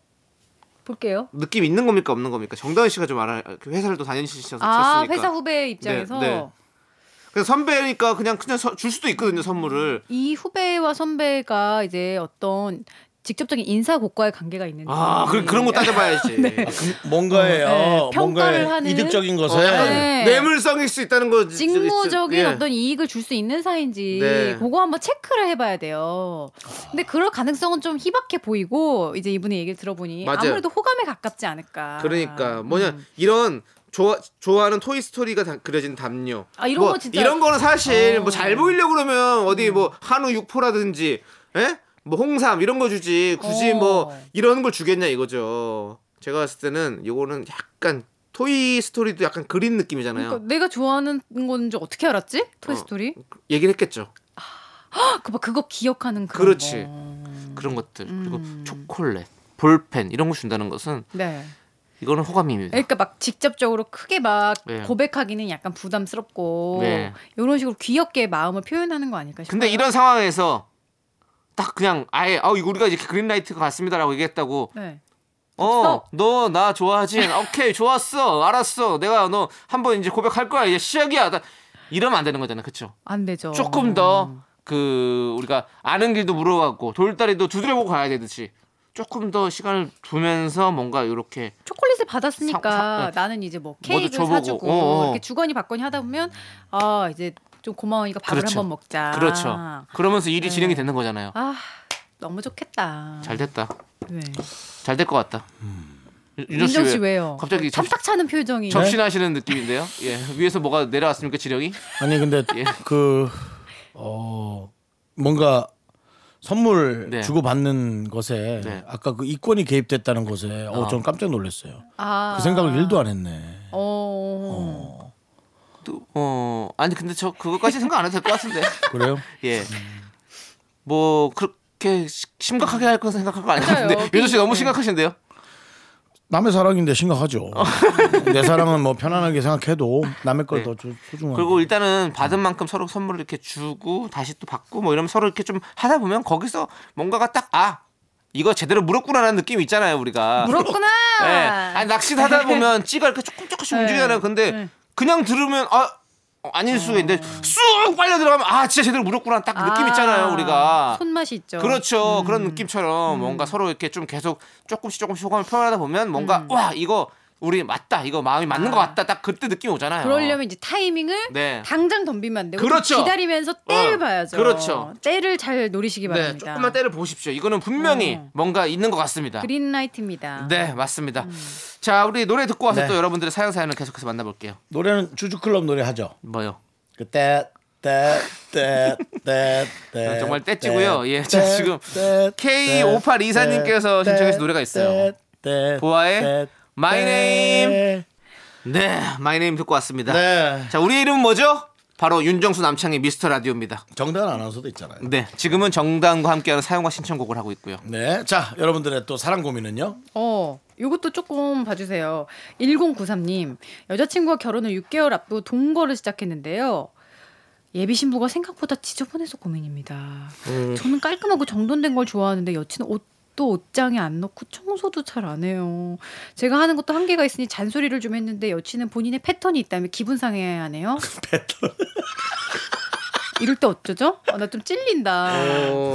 볼게요. 느낌 있는 겁니까 없는 겁니까? 정다은 씨가 좀 알아 그 회사를 또 다니셨으니까. 아, 회사 후배 입장에서 네, 네. 그래서 선배니까 그냥 그냥 서- 줄 수도 있거든요 선물을. 이 후배와 선배가 이제 어떤 직접적인 인사 고과의 관계가 있는지. 아, 그, 그런 거 따져봐야지. 아, 그 뭔가에 네. 어, 네, 어, 뭔가에 평가를 하는- 이득적인 것에 어, 약간 네. 뇌물성일 수 있다는 거. 직무적인 예. 어떤 이익을 줄 수 있는 사이인지 네. 그거 한번 체크를 해봐야 돼요. 근데 그럴 가능성은 좀 희박해 보이고 이제 이분의 얘기를 들어보니 맞아요. 아무래도 호감에 가깝지 않을까. 아, 음. 그러니까 뭐냐 이런 좋아 좋아하는 토이 스토리가 다- 그려진 담요. 아, 이런 뭐 거 진짜- 이런 거는 사실 어. 음. 뭐 잘 보이려 고 그러면 어디 뭐 한우 육포라든지 예? 뭐 홍삼 이런 거 주지 굳이 어. 뭐 이런 걸 주겠냐 이거죠. 제가 봤을 때는 이거는 약간 토이 스토리도 약간 그린 느낌이잖아요. 그러니까 내가 좋아하는 건지 어떻게 알았지? 토이스토리? 얘기를 했겠죠. 아, 그, 막 그거 기억하는 그런 그렇지. 거. 그런 것들 음. 그리고 초콜릿, 볼펜 이런 거 준다는 것은 네. 이거는 호감입니다. 그러니까 막 직접적으로 크게 막 네. 고백하기는 약간 부담스럽고 네. 이런 식으로 귀엽게 마음을 표현하는 거 아닐까 싶어요. 근데 이런 상황에서 딱 그냥 아예 아 이거 우리가 이렇게 그린라이트가 갔습니다라고 얘기했다고 네. 어, 없어. 너 나 좋아하지? 오케이, 좋았어, 알았어. 내가 너 한번 이제 고백할 거야. 이제 시작이야. 나- 이러면 안 되는 거잖아, 그쵸? 안 되죠. 조금 더 그 우리가 아는 길도 물어봤고 돌다리도 두드려보고 가야 되듯이 조금 더 시간을 두면서 뭔가 이렇게 초콜릿을 받았으니까 사- 사- 나는 이제 뭐 케이크를 줘보고. 사주고 어, 어. 이렇게 주거니 받거니 하다 보면 아 이제 좀 고마우니까 밥을 그렇죠. 한번 먹자. 그렇죠. 그러면서 네. 일이 진행이 되는 거잖아요. 아 너무 좋겠다. 잘 됐다. 네. 잘 될 것 같다. 윤정 씨 왜요? 갑자기 접, 탐탁 차는 표정이. 접신하시는 느낌인데요? 예. 위에서 뭐가 내려왔습니까, 지령이? 아니 근데 예. 그 어, 뭔가 선물 네. 주고 받는 것에 네. 아. 아까 그 이권이 개입됐다는 것에 어, 저는 깜짝 놀랐어요. 아. 그 생각을 일도 안 했네. 어. 또, 어, 아니 근데 저 그것까지 생각 안 해도 될 것 같은데. 그래요? 예. 음. 뭐 그렇게 시- 심각하게 할 거 생각할 거 아니었는데 맞아요. 네. 윤정 씨 너무 심각하신데요? 남의 사랑인데 심각하죠. 내 사랑은 뭐 편안하게 생각해도 남의 걸 네. 더 어. 소중한. 그리고 음. 일단은 받은 만큼 서로 선물을 이렇게 주고 다시 또 받고 뭐 이러면 서로 이렇게 좀 하다 보면 거기서 뭔가가 딱 아. 이거 제대로 물었구나라는 느낌이 있잖아요, 우리가. 물었구나. 예. 아니 낚시를 하다 보면 찌가 이렇게 조금 조금씩 네. 움직이잖아요. 근데 네. 그냥 들으면 아 어, 아닐 수가 있는데 쑥 빨려 들어가면 아 진짜 제대로 물었구나 딱 그 느낌 있잖아요, 우리가. 손맛이 있죠. 그렇죠. 그런 느낌처럼 뭔가 서로 이렇게 좀 계속 조금씩 조금씩 호감을 표현하다 보면 뭔가 와 이거 우리 맞다 이거 마음이 맞는 것 같다 딱 그때 느낌이 오잖아요. 그러려면 이제 타이밍을 네. 당장 덤비면 안 되고 그렇죠. 좀 기다리면서 때를 어, 봐야죠. 그렇죠. 때를 잘 노리시기 네, 바랍니다. 조금만 때를 보십시오. 이거는 분명히 뭔가 있는 것 같습니다. 그린라이트입니다. 네, 맞습니다. 자, 우리 노래 듣고 와서 네. 또 여러분들의 사연 사연을 계속해서 만나볼게요. 노래는 주주클럽 노래 하죠. 뭐요? 그때 때때때 아, 때. 정말 떼찌고요. 예, 자, 지금 K5824 님께서 K5824님께서 신청해서 노래가 있어요. 보아의 My Name. 네, 마이네임 듣고 왔습니다. 네. 자, 우리의 이름은 뭐죠? 바로 윤정수 남창의 미스터 라디오입니다. 정답 아나운서도 있잖아요. 네, 지금은 정당과 함께하는 사용과 신청곡을 하고 있고요. 네. 자, 여러분들의 또 사랑 고민은요? 어, 요것도 조금 봐주세요. 1093님, 여자친구와 결혼을 6개월 앞두고 동거를 시작했는데요. 예비신부가 생각보다 지저분해서 고민입니다. 저는 깔끔하고 정돈된 걸 좋아하는데 여친은 옷도 옷장에 안 넣고 청소도 잘 안 해요. 제가 하는 것도 한계가 있으니 잔소리를 좀 했는데 여친은 본인의 패턴이 있다며 기분 상해하네요. 패턴. 이럴 때 어쩌죠? 어, 나 좀 찔린다. 어.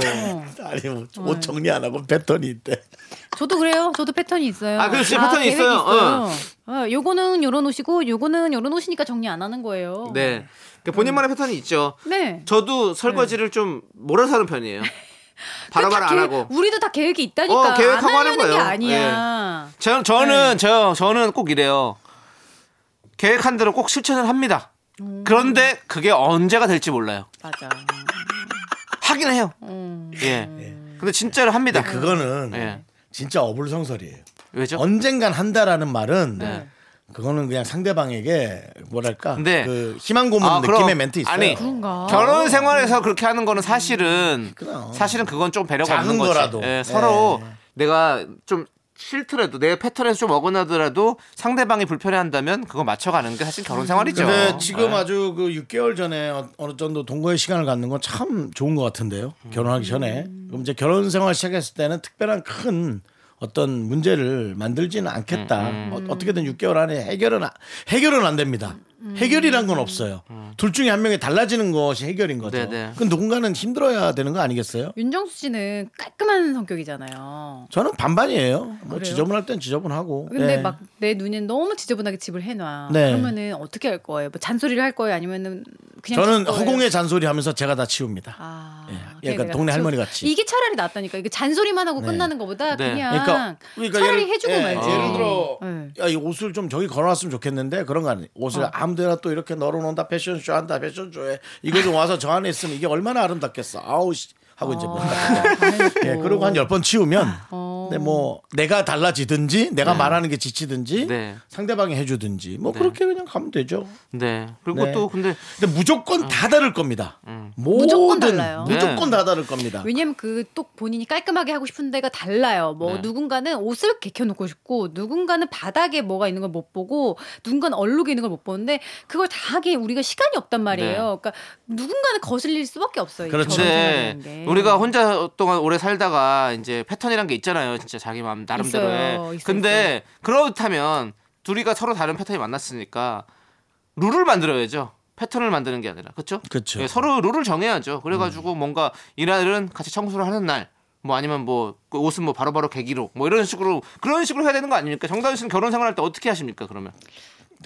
아니, 뭐옷 정리 안 하고 패턴이 있대. 네. 저도 그래요. 저도 패턴이 있어요. 아, 그렇지. 패턴이 계획이 있어요. 어. 어, 요거는 요런 옷이고 요거는 요런 옷이니까 정리 안 하는 거예요. 네. 그러니까 음. 본인만의 패턴이 있죠. 네. 저도 설거지를 좀 몰아서 하는 편이에요. 근데 바라바라 다 안 계획- 하고. 우리도 다 계획이 있다니까. 어, 계획하고 안 하는 하려는 게 거예요. 아니야. 저, 네. 저는 저 저는 꼭 이래요. 계획한 대로 꼭 실천을 합니다. 음. 그런데 그게 언제가 될지 몰라요. 맞아. 하긴 해요. 음. 예. 근데 진짜로 합니다. 네, 그거는 예. 진짜 어불성설이에요. 왜죠? 언젠간 한다라는 말은 네. 그거는 그냥 상대방에게 뭐랄까 네. 그 희망 고문 아, 그럼. 느낌의 멘트 네. 있어요. 아니. 그런가? 결혼 생활에서 그렇게 하는 거는 사실은 그럼. 사실은 그건 좀 배려가 작은 없는 거지. 거라도. 예, 서로 예. 내가 좀 싫더라도 내 패턴에서 좀 어긋나더라도 상대방이 불편해한다면 그거 맞춰가는 게 사실 결혼 생활이죠. 어. 근데 지금 네. 예. 아주 그 6개월 전에 어- 어느 정도 동거의 시간을 갖는 건 참 좋은 것 같은데요. 결혼하기 음. 전에. 그럼 이제 결혼 생활 시작했을 때는 특별한 큰 어떤 문제를 만들지는 음, 않겠다. 어, 떻게든 6개월 안에 해결은 아- 해결은 안 됩니다. 음. 해결이란 건 없어요. 둘 중에 한 명이 달라지는 것이 해결인 거죠. 네네. 그 누군가는 힘들어야 되는 거 아니겠어요? 윤정수 씨는 깔끔한 성격이잖아요. 저는 반반이에요. 뭐 지저분할 땐 지저분하고. 근데 예. 막 내 눈엔 너무 지저분하게 집을 해놔. 네. 그러면은 어떻게 할 거예요? 뭐 잔소리를 할 거예요? 아니면은 그냥 저는 둘 거예요? 허공에 잔소리 하면서 제가 다 치웁니다. 아, 예, 그냥 약간 내가 동네 좀- 할머니 같이. 이게 차라리 낫다니까. 이게 잔소리만 하고 끝나는 것보다 네. 그냥 그러니까- 그러니까 차라리 예를- 해주고 예, 말지. 예를 들어 네. 야, 이 옷을 좀 저기 걸어놨으면 좋겠는데 그런 거 아니. 옷을 어. 아무데나 또 이렇게 널어놓는다 패션쇼 한다 패션쇼에 이거 좀 와서 저 안에 있으면 이게 얼마나 아름답겠어. 아우 씨 하고 이제 뭐. 아, 예, 그러고 한 열 번 치우면 어. 네. 근데 뭐 내가 달라지든지 내가 말하는 게 지치든지 네. 상대방이 해주든지 네. 뭐 그렇게 그냥 가면 되죠. 네. 그리고 네. 또 근데 근데 무조건 어. 다 다를 겁니다. 음. 모든 무조건 달라요. 무조건 네. 다 다를 겁니다. 왜냐면 그 또 본인이 깔끔하게 하고 싶은 데가 달라요. 뭐 네. 누군가는 옷을 개켜놓고 싶고 누군가는 바닥에 뭐가 있는 걸 못 보고 누군가는 얼룩이 있는 걸 못 보는데 그걸 다 하기에 우리가 시간이 없단 말이에요. 네. 그러니까 누군가는 거슬릴 수밖에 없어요. 이 그렇죠. 결혼 근데 생활이라는 게. 네. 우리가 혼자 동안 오래 살다가 이제 패턴이란 게 있잖아요. 진짜 자기 마음 있어요. 나름대로의. 있어요, 근데 그렇다면 둘이가 서로 다른 패턴이 만났으니까 룰을 만들어야죠. 패턴을 만드는 게 아니라 그렇죠? 그쵸. 음. 예, 서로 룰을 정해야죠. 그래가지고 뭔가 이날은 같이 청소를 하는 날. 뭐 아니면 뭐그 옷은 뭐 바로바로 계기로 뭐 이런 식으로 그런 식으로 해야 되는 거 아닙니까? 정다은 씨는 결혼 생활할 때 어떻게 하십니까? 그러면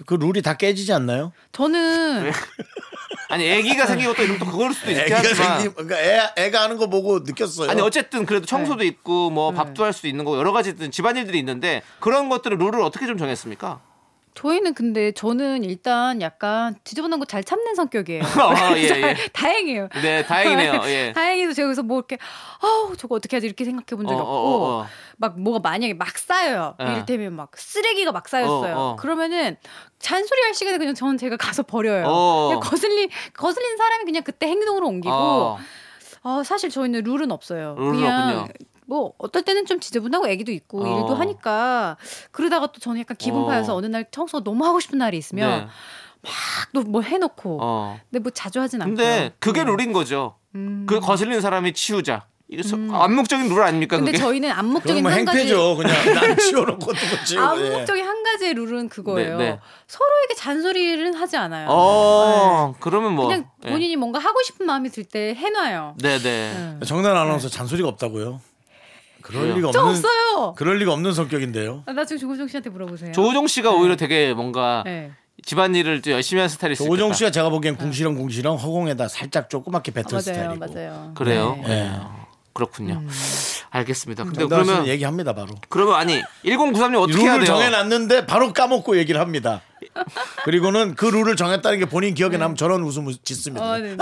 그 룰이 다 깨지지 않나요? 저는 아니 애기가 생기고 또 이러면 또 그럴 수도 있긴 애기가 하지만 생기, 그러니까 애, 애가 하는 거 보고 느꼈어요. 네, 아니 어쨌든 그래도 청소도 있고 뭐 밥도 할 수도 있는 거 여러 가지 집안일들이 있는데 그런 것들을 룰을 어떻게 좀 정했습니까? 저희는 근데 저는 일단 약간 지저분한 거 잘 참는 성격이에요. 어, 예, 예. 다행이에요. 네 다행이네요. 예. 다행히도 제가 그래서 뭐 이렇게 아우 저거 어떻게 하지 이렇게 생각해 본 적이 어, 어, 없고 어, 어. 막 뭐가 만약에 막 쌓여요 예. 이를테면 막 쓰레기가 막 쌓였어요 어, 어. 그러면은 잔소리 할 시간에 그냥 저는 제가 가서 버려요 어. 그냥 거슬리 거슬린 사람이 그냥 그때 행동으로 옮기고 어. 어, 사실 저희는 룰은 없어요. 룰은 그냥 없군요. 뭐 어떨 때는 좀 지저분하고 애기도 있고 어. 일도 하니까 그러다가 또 저는 약간 기분 어. 파여서 어느 날 청소 너무 하고 싶은 날이 있으면 네. 또 뭐 해놓고 어. 근데 뭐 자주 하진 음. 않고. 근데 그게 룰인 거죠. 음. 그 거슬리는 사람이 치우자. 이거 서- 암묵적인 룰 아닙니까 근데 그게? 저희는 그건 암묵적인 뭐 한 가지 행패죠. 그냥 난 치워놓고 누구 치우고. 예. 암묵적인 한 가지의 룰은 그거예요. 예. 네, 네. 서로에게 잔소리를 하지 않아요. 어 그러면 뭐 네. 그냥 예. 본인이 음. 뭔가 하고 싶은 마음이 들 때 해놔요. 네. 네네 예. 정단 아나운서 잔소리가 없다고요? 그럴 왜요? 리가 저 없는 없어요. 그럴 리가 없는 성격인데요. 아, 나중에 조고정 씨한테 물어보세요. 조우종 씨가 오히려 되게 뭔가 네. 집안일을 좀 열심히 하는 스타일일 수 오정 있겠다. 씨가 제가 보기엔 궁시렁 궁시렁 허공에다 살짝 조그맣게 아, 뱉은 맞아요, 스타일이고. 맞아요. 그래요. 어, 네. 예. 그렇군요. 알겠습니다. 근데 정단 그러면 씨는 얘기합니다 바로. 그러면 아니 1093님 어떻게 해야 룰을 돼요? 정해놨는데 바로 까먹고 얘기를 합니다. 그리고는 그 룰을 정했다는 게 본인 기억에 남면 저런 웃음을 짓습니다. 어, 네, 네.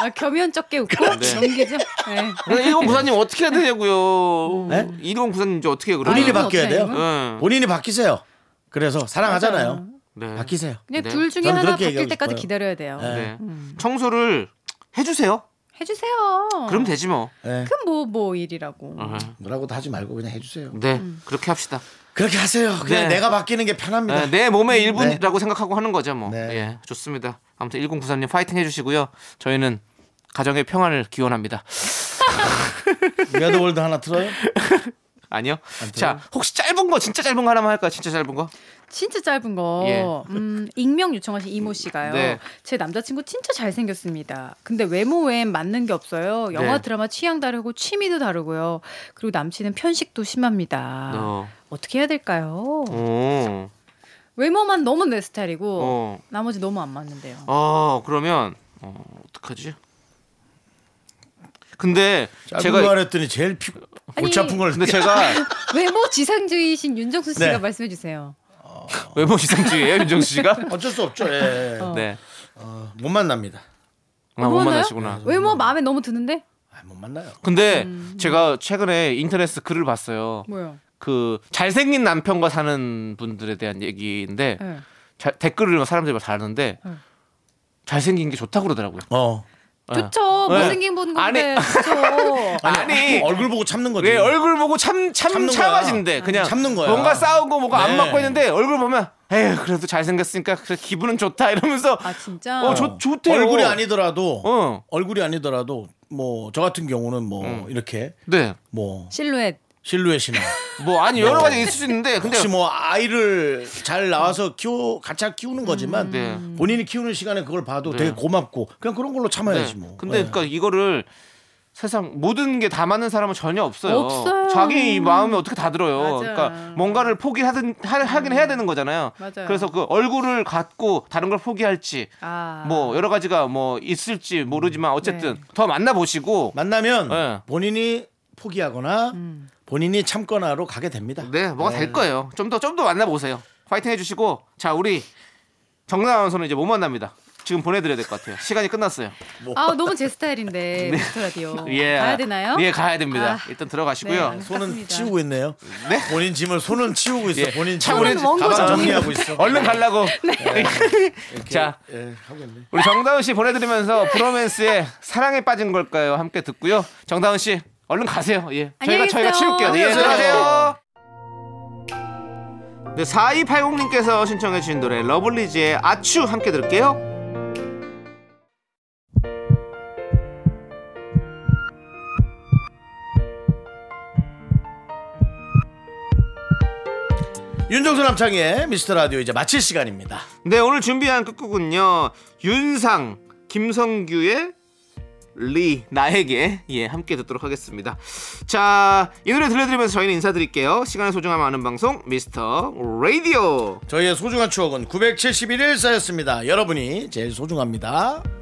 아, 겸연쩍게 웃고 네. 아, 넘기죠. 네. 그럼 1094님 어떻게 해야 되냐고요. 네? 1094님 이제 어떻게 해요, 그러면? 본인이 아, 바뀌어야 어떻게 돼요. 해요? 네. 본인이 바뀌세요. 그래서 사랑하잖아요. 네. 바뀌세요. 그냥 네. 둘 중에 저는 하나 그렇게 바뀔 얘기하고 때까지 싶어요. 기다려야 돼요. 네. 네. 청소를 해주세요. 해주세요. 그럼 음. 되지 뭐. 예. 그럼 뭐, 뭐 일이라고. 뭐라고도 하지 말고 그냥 해주세요. 네, 그렇게 합시다. 그렇게 하세요. 그냥 네. 내가 바뀌는 게 편합니다. 네, 내 몸의 일부라고 생각하고 하는 거죠, 뭐. 네. 예, 좋습니다. 아무튼 1093님 파이팅 해주시고요. 저희는 가정의 평안을 기원합니다. 위아더월드 하나 틀어요? 아니요. 자, 혹시 짧은 거, 진짜 짧은 거 하나만 할까요? 진짜 짧은 거? 진짜 짧은 거. 예. 음, 익명 요청하신 이모 씨가요. 네. 제 남자친구 진짜 잘생겼습니다. 근데 외모엔 맞는 게 없어요. 영화 네. 드라마 취향 다르고 취미도 다르고요. 그리고 남친은 편식도 심합니다. 어. 어떻게 해야 될까요? 오. 외모만 너무 내 스타일이고 어. 나머지 너무 안 맞는데요. 어, 그러면, 어, 어떡하지? 근데 짧은 제가 거 했더니 제일 피... 골치 아픈 걸 근데 제가 외모 지상주의신 윤정수 씨가 네. 말씀해 주세요. 외모 지상주의예요, 윤정수 씨가? 어쩔 수 없죠. 예. 네. 어, 못 만납니다. 아, 못 그러나요? 만나시구나. 외모 마음에 너무 드는데 아, 못 만나요. 근데 제가 최근에 인터넷 글을 봤어요. 뭐요? 그 잘생긴 남편과 사는 분들에 대한 얘기인데 예. 자- 댓글을 사람들이 막 다는데 응. 잘생긴 게 좋다고 그러더라고요. 어. 좋죠. 네. 못생긴 분 건데 아니. 좋죠. 아니, 얼굴 보고 참는 거죠. 왜 예, 얼굴 보고 참, 음. 참, 참는 거야. 음. 참아진대. 그냥 참는 거야. 뭔가 싸우고 뭐가 안 네. 맞고 했는데 얼굴 보면 에휴, 그래도 잘생겼으니까 그래, 기분은 좋다 이러면서 아 진짜. 어, 좋, 좋대요. 얼굴이 아니더라도 어. 얼굴이 아니더라도 뭐 저 같은 경우는 뭐 이렇게 네. 뭐 실루엣. 실루엣이나 뭐 아니 여러 가지 있을 수 있는데 근데 혹시 뭐 아이를 잘 낳아서 키워 같이 키우는 거지만 네. 본인이 키우는 시간에 그걸 봐도 되게 고맙고 그냥 그런 걸로 참아야지 네. 뭐. 근데 네. 그러니까 이거를 세상 모든 게 다 맞는 사람은 전혀 없어요. 없어요. 자기 이 마음이 어떻게 다 들어요. 맞아요. 그러니까 뭔가를 포기하든 하, 하긴 해야 되는 거잖아요. 맞아요. 그래서 그 얼굴을 갖고 다른 걸 포기할지 아. 뭐 여러 가지가 뭐 있을지 모르지만 어쨌든 네. 더 만나 보시고 만나면 네. 본인이 포기하거나 음. 본인이 참거나로 가게 됩니다. 네 뭐가 될 거예요. 좀 더 좀 더 만나 보세요. 화이팅 해주시고 자 우리 정당 아나운서는 이제 못 만납니다. 지금 보내드려야 될 것 같아요. 시간이 끝났어요. 아 너무 제 스타일인데 미스터 라디오. 네. 예. 가야 되나요? 예 가야 됩니다. 아. 일단 네, 들어가시고요. 알겠습니다. 손은 맞습니다. 치우고 있네요. 네? 본인 짐을 손은 치우고 있어. 예. 요 본인 참, 짐을 우리 원고 가방 정리. 정리하고 있어. 얼른 가려고. 네. 네. 자, 예, 하고 있네. 우리 정다은 씨 보내드리면서 네. 브로맨스의 사랑에 빠진 걸까요? 함께 듣고요. 정다은 씨, 얼른 가세요. 예. 저희가 안녕히 저희가 계세요. 치울게요. 예, 안녕히 들어가세요. 네, 4280님께서 신청해 주신 노래 러블리즈의 아츄 함께 들을게요. 윤정수 남창의 미스터 라디오 이제 마칠 시간입니다. 네, 오늘 준비한 끝곡은요. 윤상, 김성규의 리 나에게 예 함께 듣도록 하겠습니다. 자, 이 노래 들려드리면서 저희는 인사드릴게요. 시간의 소중함 아는 방송 미스터 라디오. 저희의 소중한 추억은 971일 쌓였습니다. 여러분이 제일 소중합니다.